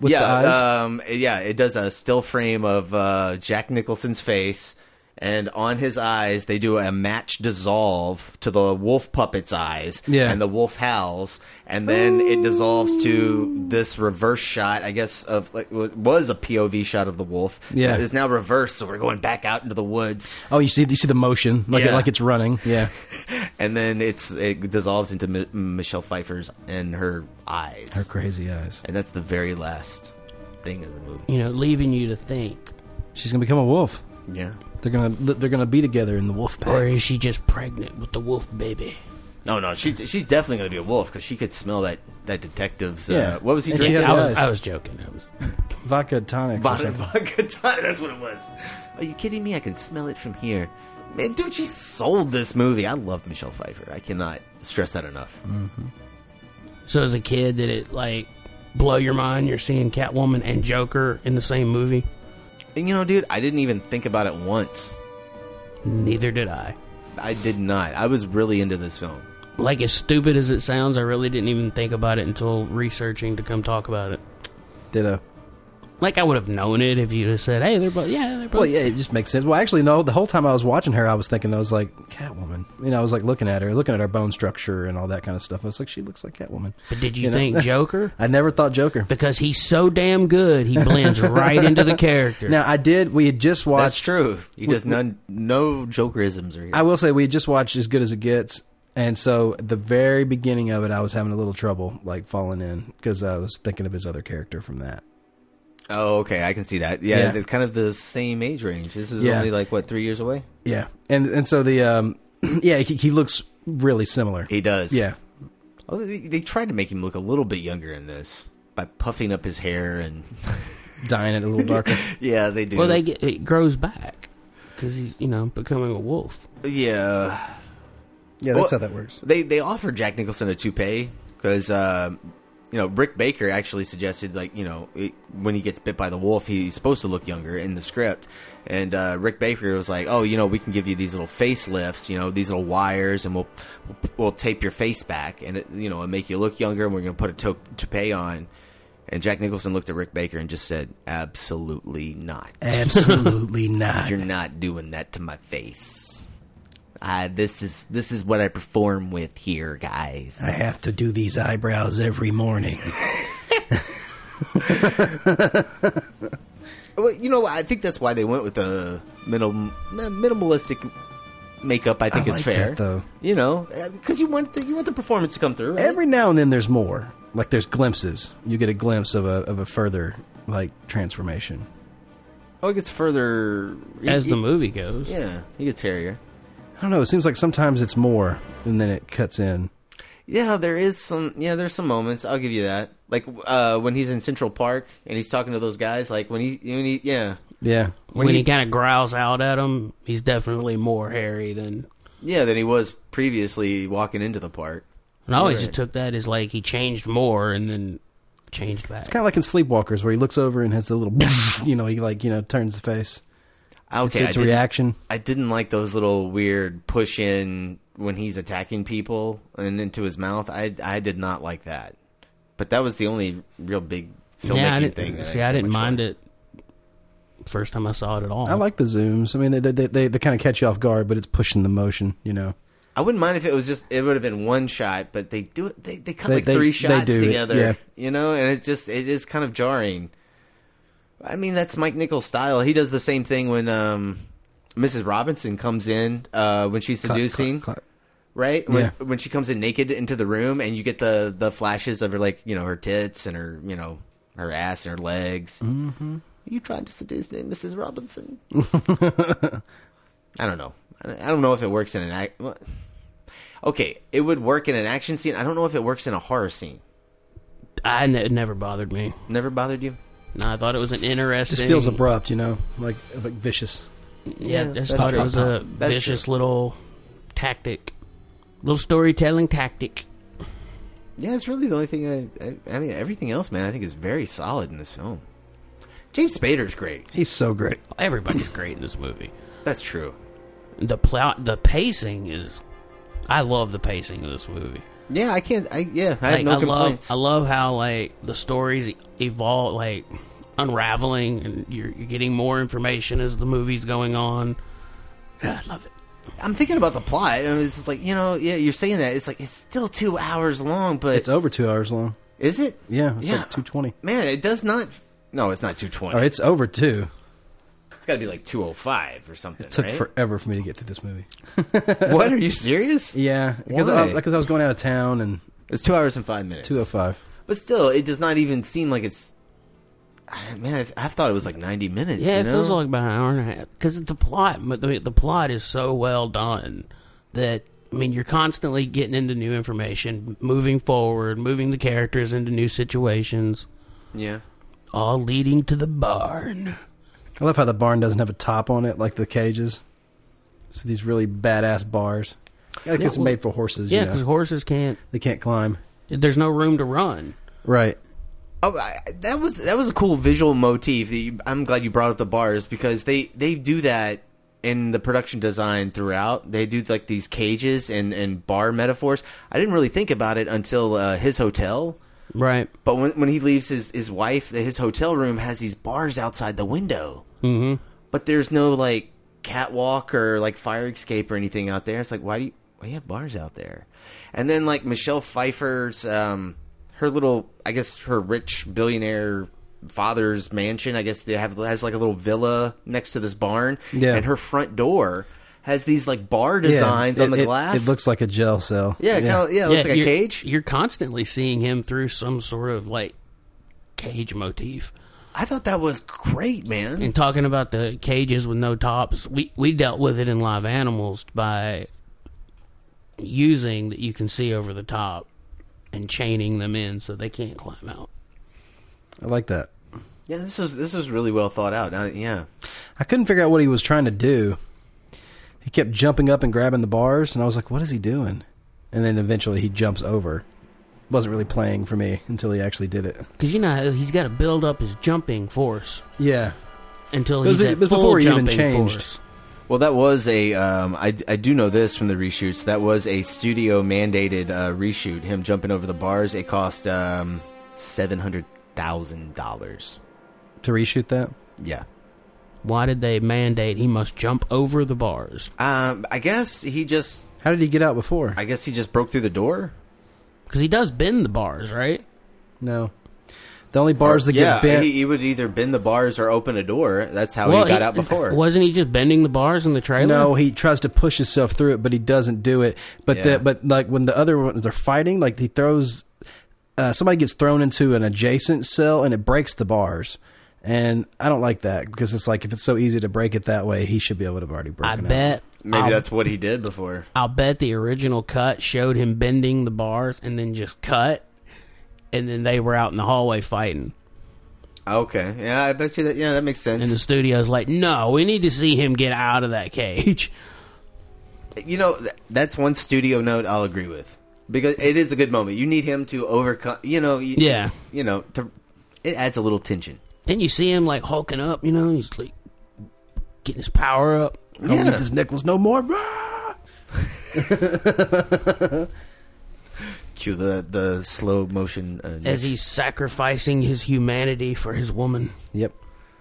S1: with
S10: yeah,
S1: the eyes.
S10: Um, yeah, it does a still frame of uh, Jack Nicholson's face, and on his eyes, they do a match dissolve to the wolf puppet's eyes,
S1: Yeah.
S10: and the wolf howls, and then it dissolves to this reverse shot, I guess, of like what was a POV shot of the wolf.
S1: Yeah.
S10: It is now reversed, so we're going back out into the woods,
S1: oh, you see you see the motion like it,
S10: Yeah.
S1: like it's running. Yeah.
S10: and then it's it dissolves into Mi- Michelle Pfeiffer's and her eyes.
S1: Her crazy eyes.
S10: And that's the very last thing of the movie.
S9: You know, leaving you to think.
S1: She's gonna become a wolf.
S10: Yeah.
S1: They're gonna they're gonna be together in the wolf pack.
S9: Or is she just pregnant with the wolf baby?
S10: No, no, she's she's definitely gonna be a wolf because she could smell that that detective's.
S1: Yeah.
S10: Uh, what was he
S1: And she
S10: drinking?
S1: had I was- eyes. I was
S9: joking. I was
S1: vodka tonic. or
S10: vodka,
S1: something.
S10: vodka tonic. That's what it was. Are you kidding me? I can smell it from here. Man, dude, she sold this movie. I love Michelle Pfeiffer. I cannot stress that enough.
S1: Mm-hmm.
S9: So as a kid, did it like blow your mind? You're seeing Catwoman and Joker in the same movie.
S10: And you know, dude, I didn't even think about it once.
S9: Neither did I.
S10: I did not. I was really into this film.
S9: Like as stupid as it sounds, I really didn't even think about it until researching to come talk about it.
S1: Ditto.
S9: Like I would have known it if you'd have said, "Hey, they're both yeah, they're both."
S1: Well, yeah, it just makes sense. Well, actually, no. The whole time I was watching her, I was thinking I was like Catwoman. You know, I was like looking at her, looking at her bone structure and all that kind of stuff. I was like, she looks like Catwoman.
S9: But did you,
S1: You know?
S9: think Joker?
S1: I never thought Joker
S9: because he's so damn good, he blends right into the character.
S1: Now I did. We had just watched.
S10: That's true. He does none no Jokerisms or.
S1: I will say we had just watched As Good as It Gets, And so the very beginning of it, I was having a little trouble like falling in because I was thinking of his other character from that.
S10: Oh, okay, I can see that. Yeah,
S1: Yeah.
S10: it's kind of the same age range. This is
S1: Yeah.
S10: only like what three years away.
S1: Yeah, and and so the um, yeah, he, he looks really similar.
S10: He does.
S1: Yeah,
S10: Oh, they, they tried to make him look a little bit younger in this by puffing up his hair and
S1: dyeing it a little darker.
S10: yeah, they do.
S9: Well, they get, it grows back because he's you know becoming a wolf.
S10: yeah,
S1: yeah, that's how that works.
S10: They they offered Jack Nicholson a toupee because you know Rick Baker actually suggested like you know it, when he gets bit by the wolf he's supposed to look younger in the script, and uh, Rick Baker was like, oh you know we can give you these little facelifts you know these little wires and we'll we'll tape your face back and it, you know and make you look younger and we're gonna put a to- toupee on. And Jack Nicholson looked at Rick Baker and just said, "Absolutely not.
S1: Absolutely not.
S10: You're not doing that to my face. I, this is this is what I perform with here, guys.
S1: I have to do these eyebrows every morning.
S10: Well, you know, I think that's why they went with the minim- minimalistic makeup. I think
S1: I
S10: is
S1: like
S10: fair,
S1: that, though.
S10: You know, because you want the, you want the performance to come through. Right?
S1: Every now and then, there's more. Like there's glimpses. You get a glimpse of a of a further like transformation.
S10: oh, it gets further
S9: As
S10: he-
S9: the
S10: he-
S9: movie goes.
S10: Yeah, he gets hairier.
S1: I don't know. It seems like sometimes it's more, and then it cuts in.
S10: Yeah, there is some. Yeah, there's some moments. I'll give you that. Like uh, when he's in Central Park and he's talking to those guys. Like when he, when he yeah,
S1: Yeah,
S9: When,
S10: When
S9: he,
S10: he-
S9: kind of growls out at him, he's definitely more hairy than.
S10: yeah, than he was previously walking into the park.
S9: And I always
S10: Right.
S9: just took that as like he changed more and then changed back.
S1: It's kind of like in Sleepwalkers where he looks over and has the little, you know, he like you know turns the face. It's, it's
S10: Okay, I
S1: a
S10: didn't-
S1: reaction.
S10: I didn't like those little weird push in when he's attacking people and into his mouth. I I did not like that. But that was the only real big filmmaking
S9: yeah, I didn't,
S10: thing. that
S9: see, I
S10: came
S9: didn't
S10: much
S9: mind it first time I saw it at all.
S1: I like the zooms. I mean, they they they, they, they kind of catch you off guard, but it's pushing the motion. You know,
S10: I wouldn't mind if it was just it would have been one shot, but they do it. They they cut
S1: They-
S10: like
S1: they-
S10: three
S1: they
S10: shots
S1: do it,
S10: together,
S1: yeah.
S10: you know, and it just it is kind of jarring. I mean, that's Mike Nichols' style. He does the same thing when um, Mrs. Robinson comes in uh, when she's
S1: Clap,
S10: seducing,
S1: clap, clap.
S10: right? When,
S1: Yeah.
S10: when she comes in naked into the room, and you get the the flashes of her like you know her tits and her you know her ass and her legs.
S1: Mhm.
S10: You trying to seduce me, Mrs. Robinson? I don't know. I I don't know if it works in an act. well, Okay, it would work in an action scene. I don't know if it works in a horror scene.
S9: I ne- it never bothered me.
S10: Never bothered you?
S9: No, I thought it was an
S1: it
S9: interesting.
S1: just feels abrupt. You know, like like vicious.
S9: Yeah,
S10: Yeah,
S9: I just
S10: that's
S9: thought
S10: true.
S9: it was a
S10: That's
S9: vicious little tactic, little storytelling tactic.
S10: Yeah, it's really the only thing. I, I, I mean, everything else, man, I think is very solid in this film. James Spader's great.
S1: He's so great.
S9: Everybody's great in this movie.
S10: That's true.
S9: The plot, the pacing is. I love the pacing of this movie.
S10: Yeah, I can't. I yeah, I
S9: Like,
S10: have no
S9: love,
S10: complaints.
S9: I love how like the stories evolve, like unraveling, and you're you're getting more information as the movie's going on. I love it.
S10: I'm thinking about the plot, and it's just like you know, yeah, you're saying that. It's like it's still two hours long, but
S1: It's over two hours long.
S10: is it?
S1: Yeah, it's
S10: Yeah.
S1: like two twenty.
S10: Man, it does not. No, it's not two twenty.
S1: Or it's over two.
S10: It's got to be like two oh five or something,
S1: It took
S10: right?
S1: forever for me to get through this movie.
S10: what are you serious?
S1: Yeah, because I,
S10: Why?
S1: because I was going out of town and
S10: it's two hours and five minutes.
S1: two oh five.
S10: But still, it does not even seem like it's. I- Man, I've- I thought it was like ninety minutes.
S9: Yeah,
S10: you
S9: it
S10: know?
S9: feels like about an hour and a half because the plot, but the, the plot is so well done that I mean, you're constantly getting into new information, moving forward, moving the characters into new situations,
S10: yeah.
S9: all leading to the barn.
S1: I love how the barn doesn't have a top on it, like the cages. So these really badass bars. Yeah, like
S9: Yeah,
S1: it's
S9: well-
S1: made for horses.
S9: Yeah,
S1: you
S9: because
S1: know.
S9: horses can't.
S1: they can't climb.
S9: There's no room to run.
S1: Right.
S10: Oh, I, that was that was a cool visual motif. That you, I'm glad you brought up the bars because they they do that in the production design throughout. They do like these cages and and bar metaphors. I didn't really think about it until uh, his hotel.
S9: Right.
S10: But when when he leaves his his wife, his hotel room has these bars outside the window.
S9: Mm-hmm.
S10: But there's no like catwalk or like fire escape or anything out there. It's like why do you why do you have bars out there? And then like Michelle Pfeiffer's um her little I guess her rich billionaire father's mansion, I guess they have has like a little villa next to this barn.
S1: Yeah.
S10: And her front door has these like bar designs
S1: Yeah,
S10: on the
S1: it- it-
S10: glass.
S1: It looks like a gel cell.
S10: Yeah, kinda- yeah, it looks like a
S9: you're-
S10: cage.
S9: You're constantly seeing him through some sort of like cage motif.
S10: I thought that was great, man.
S9: And talking about the cages with no tops, we we dealt with it in live animals by using that you can see over the top and chaining them in so they can't climb out.
S1: I like that.
S10: Yeah, this was this was really well thought out. Uh, yeah,
S1: I couldn't figure out what he was trying to do. He kept jumping up and grabbing the bars, and I was like, "What is he doing?" And then eventually he jumps over. Wasn't really playing for me until he actually did it.
S9: Because you know how he's got to build up his jumping force.
S1: Yeah.
S9: Until
S1: It was-
S9: he's
S1: it
S9: at
S1: was
S9: full
S1: before he even
S9: jumping
S1: changed.
S9: force.
S10: Well, that was a. Um, I I do know this from the reshoots. That was a studio mandated uh, reshoot. Him jumping over the bars. It cost um, seven hundred thousand dollars.
S1: To reshoot that?
S10: Yeah.
S9: Why did they mandate he must jump over the bars?
S10: Um, I guess he just.
S1: How did he get out before?
S10: I guess he just broke through the door.
S9: Because he does bend the bars, right?
S1: No. The only bars
S10: Or-
S1: that
S10: Oh, yeah,
S1: get bent.
S10: He, he would either bend the bars or open a door. That's how
S9: Well,
S10: Oh, he got
S9: he-
S10: out before.
S9: Wasn't he just bending the bars in the trailer?
S1: no, he tries to push himself through it, but he doesn't do it. But
S9: Yeah.
S1: the, but like when the other ones they're fighting, like he throws uh, somebody gets thrown into an adjacent cell and it breaks the bars. And I don't like that because it's like if it's so easy to break it that way, he should be able to have already
S9: I
S1: broken it.
S9: bet.
S10: Maybe
S9: I'll-
S10: that's what he did before.
S9: I'll bet the original cut showed him bending the bars and then just cut, and then they were out in the hallway fighting.
S10: Okay. Yeah, I bet you that. Yeah, that makes sense.
S9: And the studio's like, no, we need to see him get out of that cage.
S10: you know th- that's one studio note I'll agree with because it is a good moment. You need him to overcome. You know. You,
S9: Yeah.
S10: You know. To, it adds a little tension.
S9: And you see him like hulking up, you know, he's like getting his power up.
S1: I don't Oh, need this necklace no more. Rah!
S10: Cue the the slow motion. Uh,
S9: As he's sacrificing his humanity for his woman.
S1: Yep.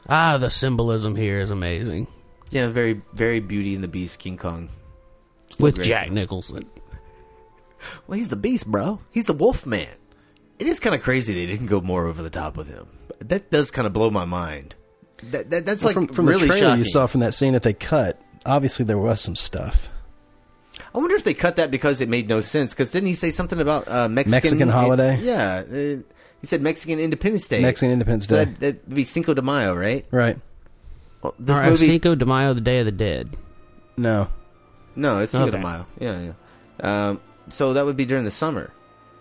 S9: Ah, the symbolism here is amazing.
S10: yeah, very very Beauty and the Beast, King Kong. Still
S9: With
S10: great.
S9: Jack Nicholson.
S10: Well, he's the Beast, bro. He's the Wolf Man. It is kind of crazy they didn't go more over the top with him. That does kind of blow my mind. That, that that's like
S1: from, from
S10: really
S1: the trailer
S10: shocking.
S1: you saw from that scene that they cut. Obviously, there was some stuff.
S10: I wonder if they cut that because it made no sense. Because didn't he say something about uh, Mexican
S1: Mexican holiday?
S10: yeah, uh, he said Mexican Independence Day.
S1: Mexican Independence Day.
S10: So That, that'd be Cinco de Mayo, right?
S1: Right.
S10: Well, this
S9: Or
S10: movie,
S9: Cinco de Mayo, the Day of the Dead.
S1: No.
S10: no, it's Cinco de
S9: Okay.
S10: Mayo. Yeah, yeah. Um, so that would be during the summer.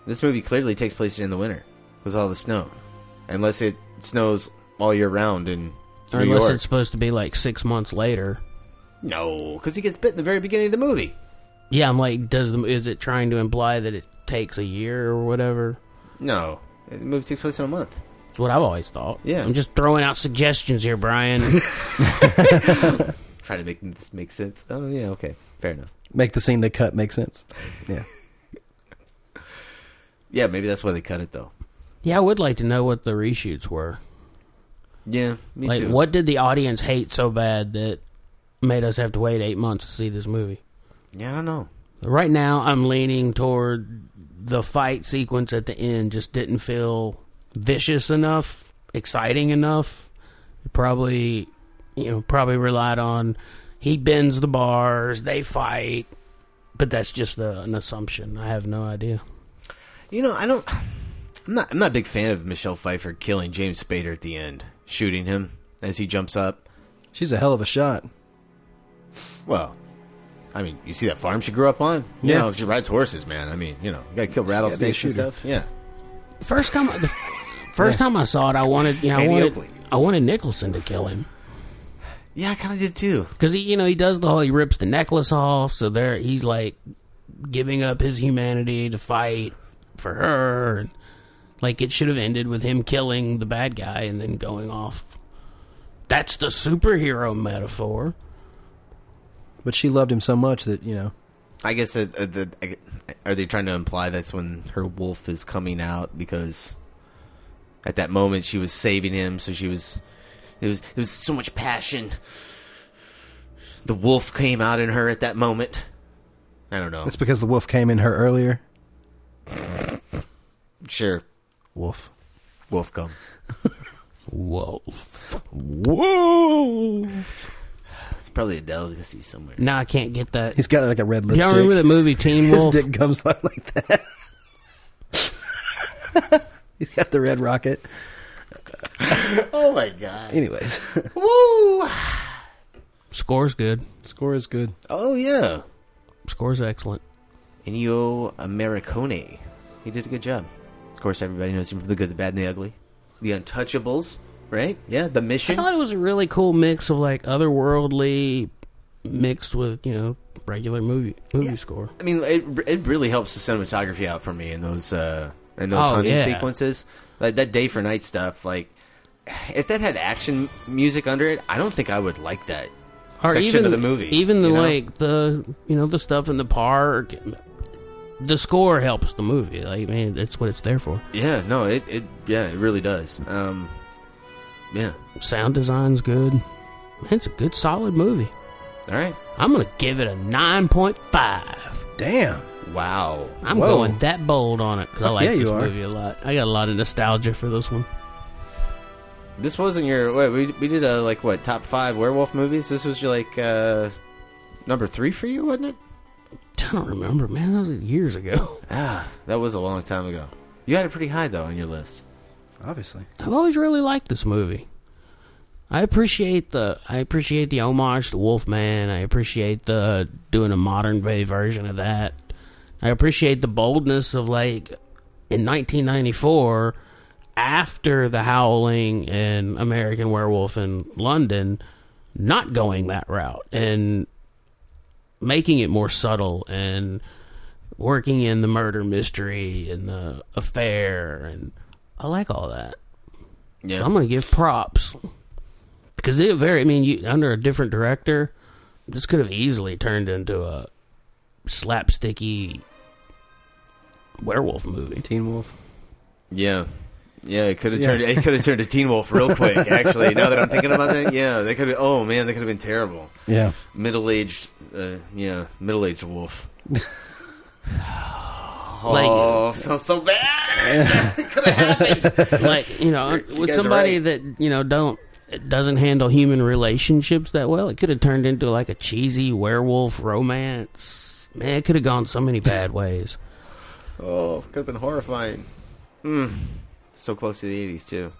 S10: This movie clearly takes place in the winter with all the snow, unless it snows all year round in
S9: Or
S10: New
S9: unless
S10: York.
S9: it's supposed to be like six months later.
S10: No, because he gets bit in the very beginning of the movie.
S9: Yeah, I'm like, does the is it trying to imply that it takes a year or whatever?
S10: No, the movie takes place in a month.
S9: That's what I've always thought.
S10: Yeah.
S9: I'm just throwing out suggestions here, Brian.
S10: Trying to make this make sense. Oh yeah, okay, fair enough.
S1: Make the scene they cut make sense. Yeah.
S10: Yeah, maybe that's why they cut it though.
S9: yeah, I would like to know what the reshoots were.
S10: Yeah, me
S9: like,
S10: too.
S9: what did the audience hate so bad that made us have to wait eight months to see this movie?
S10: Yeah, I don't know.
S9: Right now, I'm leaning toward the fight sequence at the end just didn't feel vicious enough, exciting enough. It probably, you know, probably relied on he bends the bars, they fight, but that's just a, an assumption. I have no idea.
S10: You know, I don't. I'm not. I'm not a big fan of Michelle Pfeiffer killing James Spader at the end, shooting him as he jumps up.
S1: She's a hell of a shot.
S10: Well, I mean, you see that farm she grew up on.
S1: Yeah.
S10: You know, she rides horses, man. I mean, you know, you gotta kill rattlesnakes and
S9: shooter.
S10: stuff. Yeah.
S9: First time, the first time I saw it, I wanted, you know, I
S10: Andy
S9: wanted,
S10: Oakley.
S9: I wanted Nicholson to kill him.
S10: Yeah, I kind of did too.
S9: Because he, you know, he does the whole. He rips the necklace off, so there he's like giving up his humanity to fight for her. And, like it should have ended with him killing the bad guy and then going off. That's the superhero metaphor.
S1: But she loved him so much that, you know.
S10: I guess that uh, the, I, gu- are they trying to imply that's when her wolf is coming out because at that moment she was saving him, so she was it was it was so much passion. The wolf came out in her at that moment. I don't know.
S1: It's because the wolf came in her earlier.
S10: Sure,
S1: Wolf.
S10: wolf come.
S9: Wolf.
S1: Whoa!
S10: It's probably a delicacy somewhere.
S9: No, I can't get that.
S1: He's got like a red lipstick.
S9: Y'all remember that movie Teen
S1: His
S9: Wolf?
S1: dick comes out like that. He's got the red rocket.
S10: oh my god.
S1: Anyways,
S10: Woo!
S9: Score's good.
S1: Score is good.
S10: Oh yeah.
S9: Score's excellent.
S10: Ennio Americone. He did a good job. Of course, everybody knows him from The Good, the Bad, and the Ugly. The Untouchables, right? Yeah, The
S9: I
S10: Mission.
S9: thought it was a really cool mix of like otherworldly mixed with you know regular movie movie score.
S10: I mean, it it really helps the cinematography out for me in those uh in those
S9: Oh,
S10: hunting
S9: yeah.
S10: sequences, like that day for night stuff. Like, if that had action music under it, I don't think I would like that section of the movie.
S9: Even the
S10: you know?
S9: like the you know the stuff in the park. The score helps the movie. Like, man, that's what it's there for.
S10: yeah, no, it, it yeah, it really does. Um, yeah,
S9: Sound design's good. Man, it's a good, solid movie.
S10: All right,
S9: I'm gonna give it a nine point five.
S1: Damn.
S10: Wow,
S9: I'm
S10: Whoa.
S9: going that bold on it because I like
S10: Yeah, you
S9: this
S10: are.
S9: movie a lot. I got a lot of nostalgia for this one.
S10: This wasn't your. Wait, we we did a like what top five werewolf movies. This was your like uh number three for you, wasn't it?
S9: I don't remember, man. That was years ago.
S10: Ah, that was a long time ago. You had it pretty high though on your list.
S1: Obviously,
S9: I've always really liked this movie. I appreciate the I appreciate the homage to Wolfman. I appreciate the doing a modern day version of that. I appreciate the boldness of like in 1994 after The Howling and American Werewolf in London not going that route and making it more subtle and working in the murder mystery and the affair and I like all that.
S10: Yeah.
S9: So I'm gonna give props because it very. I mean, you under a different director, this could have easily turned into a slapsticky werewolf movie.
S1: Teen Wolf.
S10: Yeah. Yeah, it could have
S9: Yeah.
S10: turned it could have turned to Teen Wolf real quick. Actually, now that I'm thinking about that, yeah, they could. have Oh man, they could have been terrible.
S1: Yeah.
S10: middle aged, uh, yeah, middle aged wolf.
S9: Like-
S10: oh, sounds so bad. it could have happened.
S9: Like you know,
S10: You
S9: with
S10: guys are
S9: somebody
S10: right.
S9: that you know don't doesn't handle human relationships that well, it could have turned into like a cheesy werewolf romance. Man, it could have gone so many bad ways.
S10: Oh, could have been horrifying. Mm. So close to the 80s, too.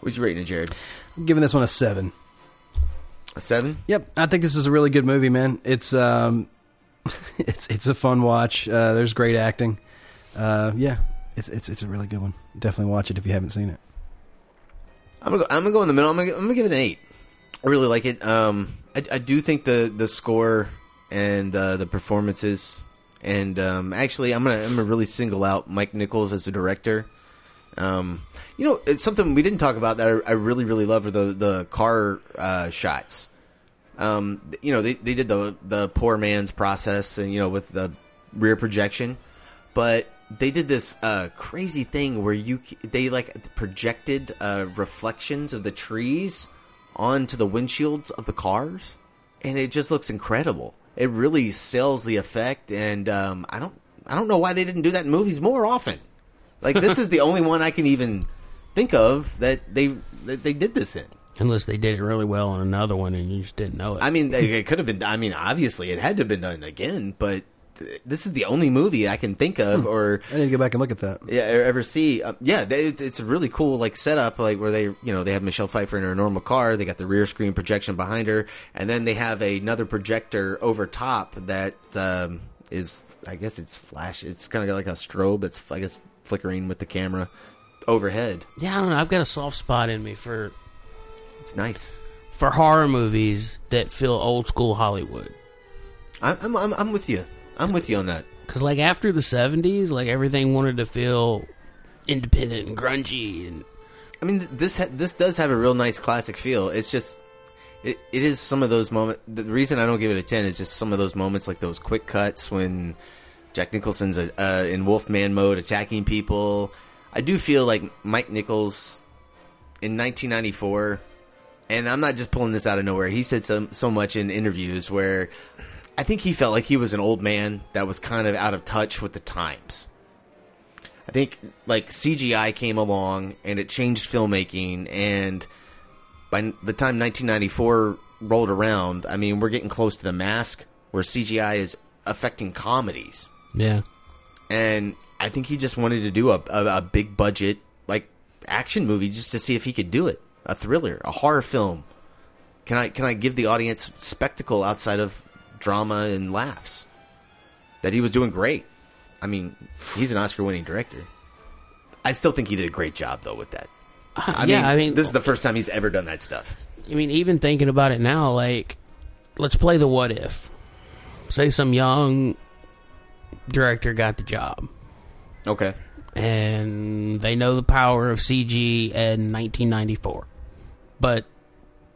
S10: What'd you rate it, Jared?
S1: I'm giving this one a seven.
S10: A seven?
S1: Yep, I think this is a really good movie, man. It's um, it's it's a fun watch. Uh, there's great acting. Uh, yeah, it's it's it's a really good one. Definitely watch it if you haven't seen it.
S10: I'm gonna go, I'm gonna go in the middle. I'm gonna, I'm gonna give it an eight. I really like it. Um, I, I do think the the score and uh, the performances, and um, actually, I'm gonna I'm gonna really single out Mike Nichols as a director. Um, you know, it's something we didn't talk about that I, I really really love are the the car uh, shots. Um, th- you know, they they did the the poor man's process, and you know, with the rear projection, but they did this uh, crazy thing where you c- they like projected uh, reflections of the trees onto the windshields of the cars, and it just looks incredible. It really sells the effect, and um, I don't I don't know why they didn't do that in movies more often. Like this is the only one I can even think of that they that they did this in.
S9: Unless they did it really well on another one and you just didn't know it.
S10: I mean, they- it could have been. I mean, obviously, it had to have been done again, but th- this is the only movie I can think of, or
S1: I need to go back and look at that.
S10: yeah, or ever see. Uh, yeah, they, it- it's a really cool like setup, like where they, you know, they have Michelle Pfeiffer in her normal car. They got the rear screen projection behind her, and then they have another projector over top that um, is, I guess, it's flash. It's kind of like a strobe. It's I guess flickering with the camera overhead.
S9: yeah, I don't know. I've got a soft spot in me for
S10: It's nice.
S9: for horror movies that feel old school Hollywood.
S10: I- I'm I'm I'm with you. I'm with you on that.
S9: Because like after the seventies, like everything wanted to feel independent and grungy, and
S10: I mean, th- this ha- this does have a real nice classic feel. It's just it, it is some of those moments. The reason I don't give it a ten is just some of those moments, like those quick cuts when Jack Nicholson's uh uh, in Wolfman mode attacking people. I do feel like Mike Nichols in 1994, and I'm not just pulling this out of nowhere. He said so so much in interviews where I think he felt like he was an old man that was kind of out of touch with the times. I think like CGI came along and it changed filmmaking and by n- the time 1994 rolled around, I mean, we're getting close to the mask where CGI is affecting comedies.
S9: Yeah.
S10: And I think he just wanted to do a, a, a big budget, like, action movie just to see if he could do it. A thriller, a horror film. Can I, can I give the audience spectacle outside of drama and laughs? That he was doing great. I mean, he's an Oscar winning director. I still think he did a great job, though, with that. I
S9: yeah,
S10: mean,
S9: I mean,
S10: this is the first time he's ever done that stuff.
S9: I mean, even thinking about it now, like, let's play the what if. Say some young director got the job.
S10: Okay.
S9: And they know the power of CG in 1994. But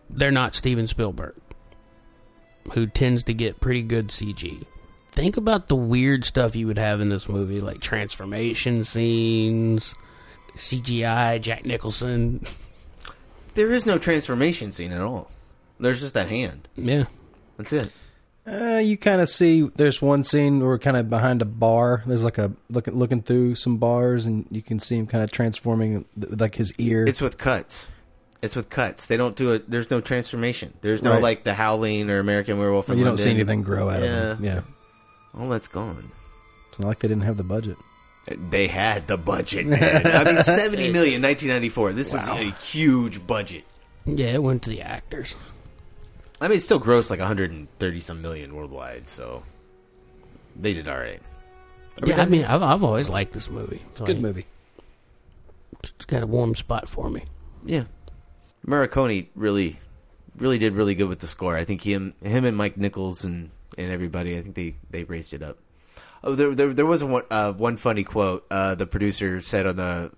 S9: they're not Steven Spielberg, who tends to get pretty good CG. Think about the weird stuff you would have in this movie, like transformation scenes, CGI, Jack Nicholson.
S10: There is no transformation scene at all. There's just that hand.
S9: Yeah.
S10: That's it.
S1: Uh, you kind of see there's one scene where kind of behind a bar. There's like a looking looking through some bars, and you can see him kind of transforming, th- like his ear.
S10: It's with cuts. It's with cuts. They don't do it. There's no transformation. There's no
S1: Right.
S10: like the Howling or American Werewolf. in
S1: you don't see
S10: London.
S1: anything grow out
S10: yeah.
S1: of him. Yeah,
S10: All that's gone.
S1: it's not like they didn't have the budget.
S10: They had the budget. Man. I mean, seventy million, nineteen ninety four. This
S9: Wow.
S10: is a huge budget.
S9: Yeah, it went to the actors.
S10: I mean, it still grossed like 130 some million worldwide, so they did all right. Are we
S9: Yeah, I
S10: done?
S9: mean, I've, I've always liked this movie. It's
S10: Good
S9: movie. It's got a warm spot for me.
S10: Yeah. Murakone really, really did really good with the score. I think him, him and Mike Nichols and, and everybody, I think they, they raised it up. Oh, there, there, there was a one, uh, one funny quote uh, the producer said on the,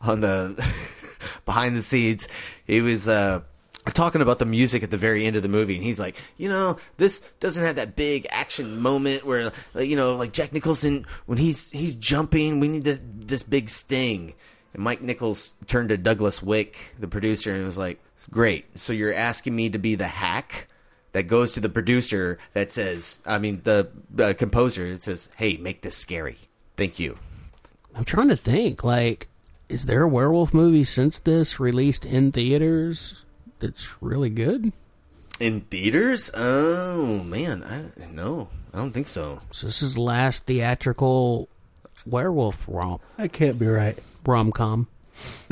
S10: on the behind the scenes. He was uh, talking about the music at the very end of the movie, and he's like, you know, this doesn't have that big action moment where, like, you know, like Jack Nicholson when he's he's jumping. We need the, this big sting. And Mike Nichols turned to Douglas Wick, the producer, and was like, "Great, so you're asking me to be the hack." That goes to the producer that says, I mean, the uh, composer, it says, hey, make this scary. Thank you.
S9: I'm trying to think. Like, is there a werewolf movie since this released in theaters that's really good?
S10: In theaters? Oh man, I no, I don't think so.
S9: So this is last theatrical werewolf romp
S1: I can't be right.
S9: rom com.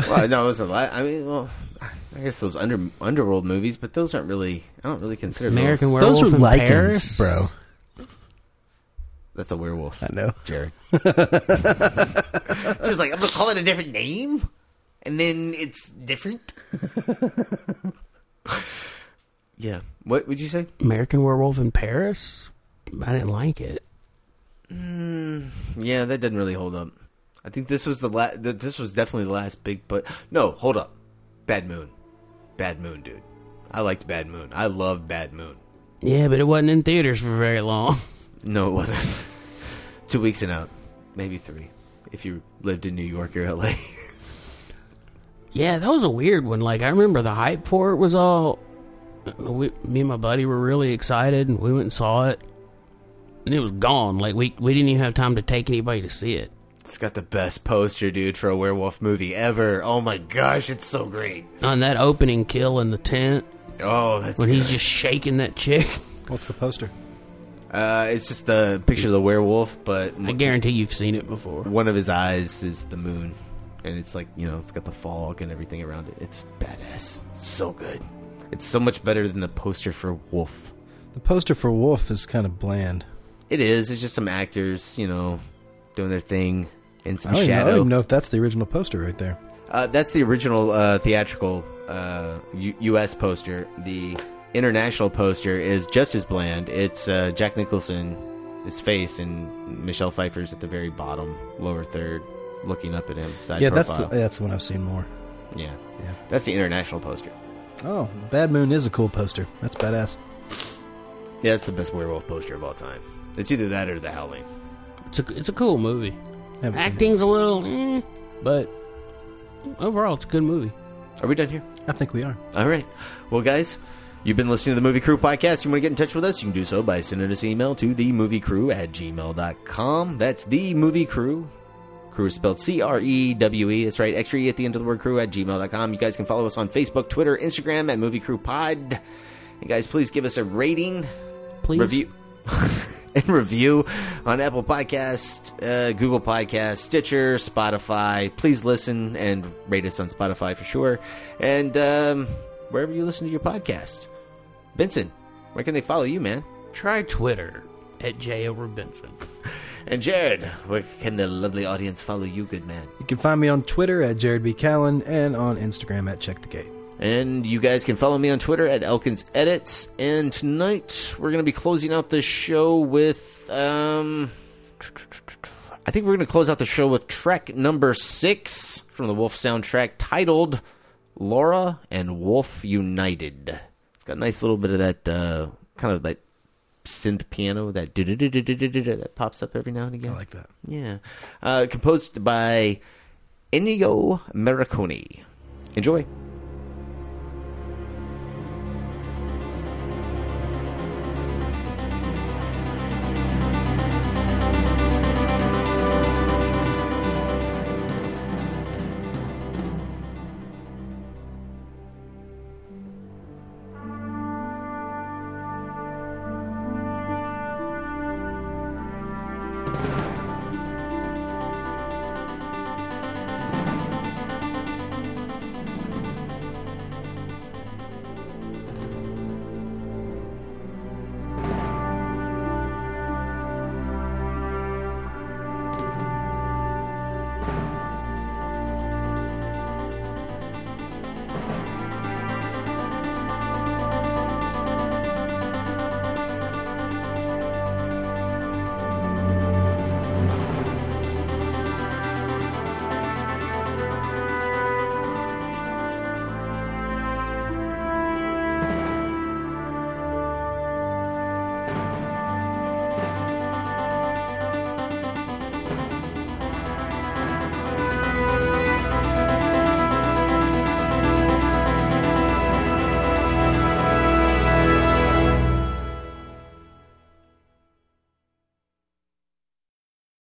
S10: Well, no, it was a lot. I mean, well, I guess those under underworld movies, but those aren't really. I don't really consider
S9: American
S10: those.
S9: Werewolf
S1: Those are
S9: in
S1: lichens,
S9: Paris?
S1: bro.
S10: That's a werewolf.
S1: I know,
S10: Jerry. She was like, "I'm gonna call it a different name, and then it's different." yeah. What would you say?
S9: American Werewolf in Paris. I didn't like it.
S10: Mm, yeah, that doesn't really hold up. I think this was the la- th- this was definitely the last big but no, hold up. Bad Moon. Bad Moon, dude. I liked Bad Moon. I love Bad Moon.
S9: Yeah, but it wasn't in theaters for very long.
S10: No, it wasn't. Two weeks and out. Maybe three. If you lived in New York or LA.
S9: Yeah, that was a weird one. Like I remember the hype for it was all. We, me and my buddy were really excited, and we went and saw it, and it was gone. Like we we didn't even have time to take anybody to see it.
S10: it's got the best poster, dude, for a werewolf movie ever. Oh my gosh, it's so great.
S9: On that opening kill in the tent,
S10: Oh, that's
S9: when he's
S10: good.
S9: just shaking that chick.
S1: What's the poster?
S10: Uh, it's just the picture of the werewolf, but
S9: I guarantee you've seen it before.
S10: One of his eyes is the moon, and it's like you know, it's got the fog and everything around it. It's badass, so good. It's so much better than the poster for Wolf.
S1: The poster for Wolf is kind of bland.
S10: It is. It's just some actors, you know, doing their thing and
S1: I
S10: some
S1: don't, even, I don't
S10: shadow.
S1: even know if that's the original poster right there.
S10: Uh, that's the original uh, theatrical uh, U- U.S. poster. The international poster is just as bland. It's uh, Jack Nicholson, his face, and Michelle Pfeiffer's at the very bottom, lower third, looking up at him. Side
S1: yeah,
S10: profile.
S1: that's the, that's the one I've seen more.
S10: yeah,
S1: Yeah.
S10: That's the international poster.
S1: Oh, Bad Moon is a cool poster. That's badass.
S10: Yeah, that's the best werewolf poster of all time. It's either that or The Howling.
S9: It's a it's a cool movie.
S1: Haven't seen
S9: Acting's a little, eh, but overall, it's a good movie.
S10: Are we done here?
S1: I think we are.
S10: All right. Well, guys, you've been listening to the Movie Crew podcast. You want to get in touch with us? You can do so by sending us an email to themoviecrew at gmail.com. That's the movie crew. Crew is spelled C R E W E. That's right. Extra E at the end of the word crew at gmail.com. You guys can follow us on Facebook, Twitter, Instagram at Movie Crew Pod. And guys, please give us a rating,
S9: please
S10: review, and review on Apple Podcast, uh, Google Podcast, Stitcher, Spotify. Please listen and rate us on Spotify for sure, and um, wherever you listen to your podcast. Benson, where can they follow you, man?
S9: Try Twitter at J. Over Benson.
S10: And Jared, where can the lovely audience follow you, good man?
S1: You can find me on Twitter at Jared B. Callen and on Instagram at Check the Gate.
S10: And you guys can follow me on Twitter at Elkins Edits. And tonight we're going to be closing out the show with. Um, I think we're going to close out the show with track number six from the Wolf soundtrack titled Laura and Wolf United. It's got a nice little bit of that uh, kind of that synth piano that that pops up every now and again.
S1: I like that.
S10: Yeah. Uh, composed by Ennio Morricone. Enjoy.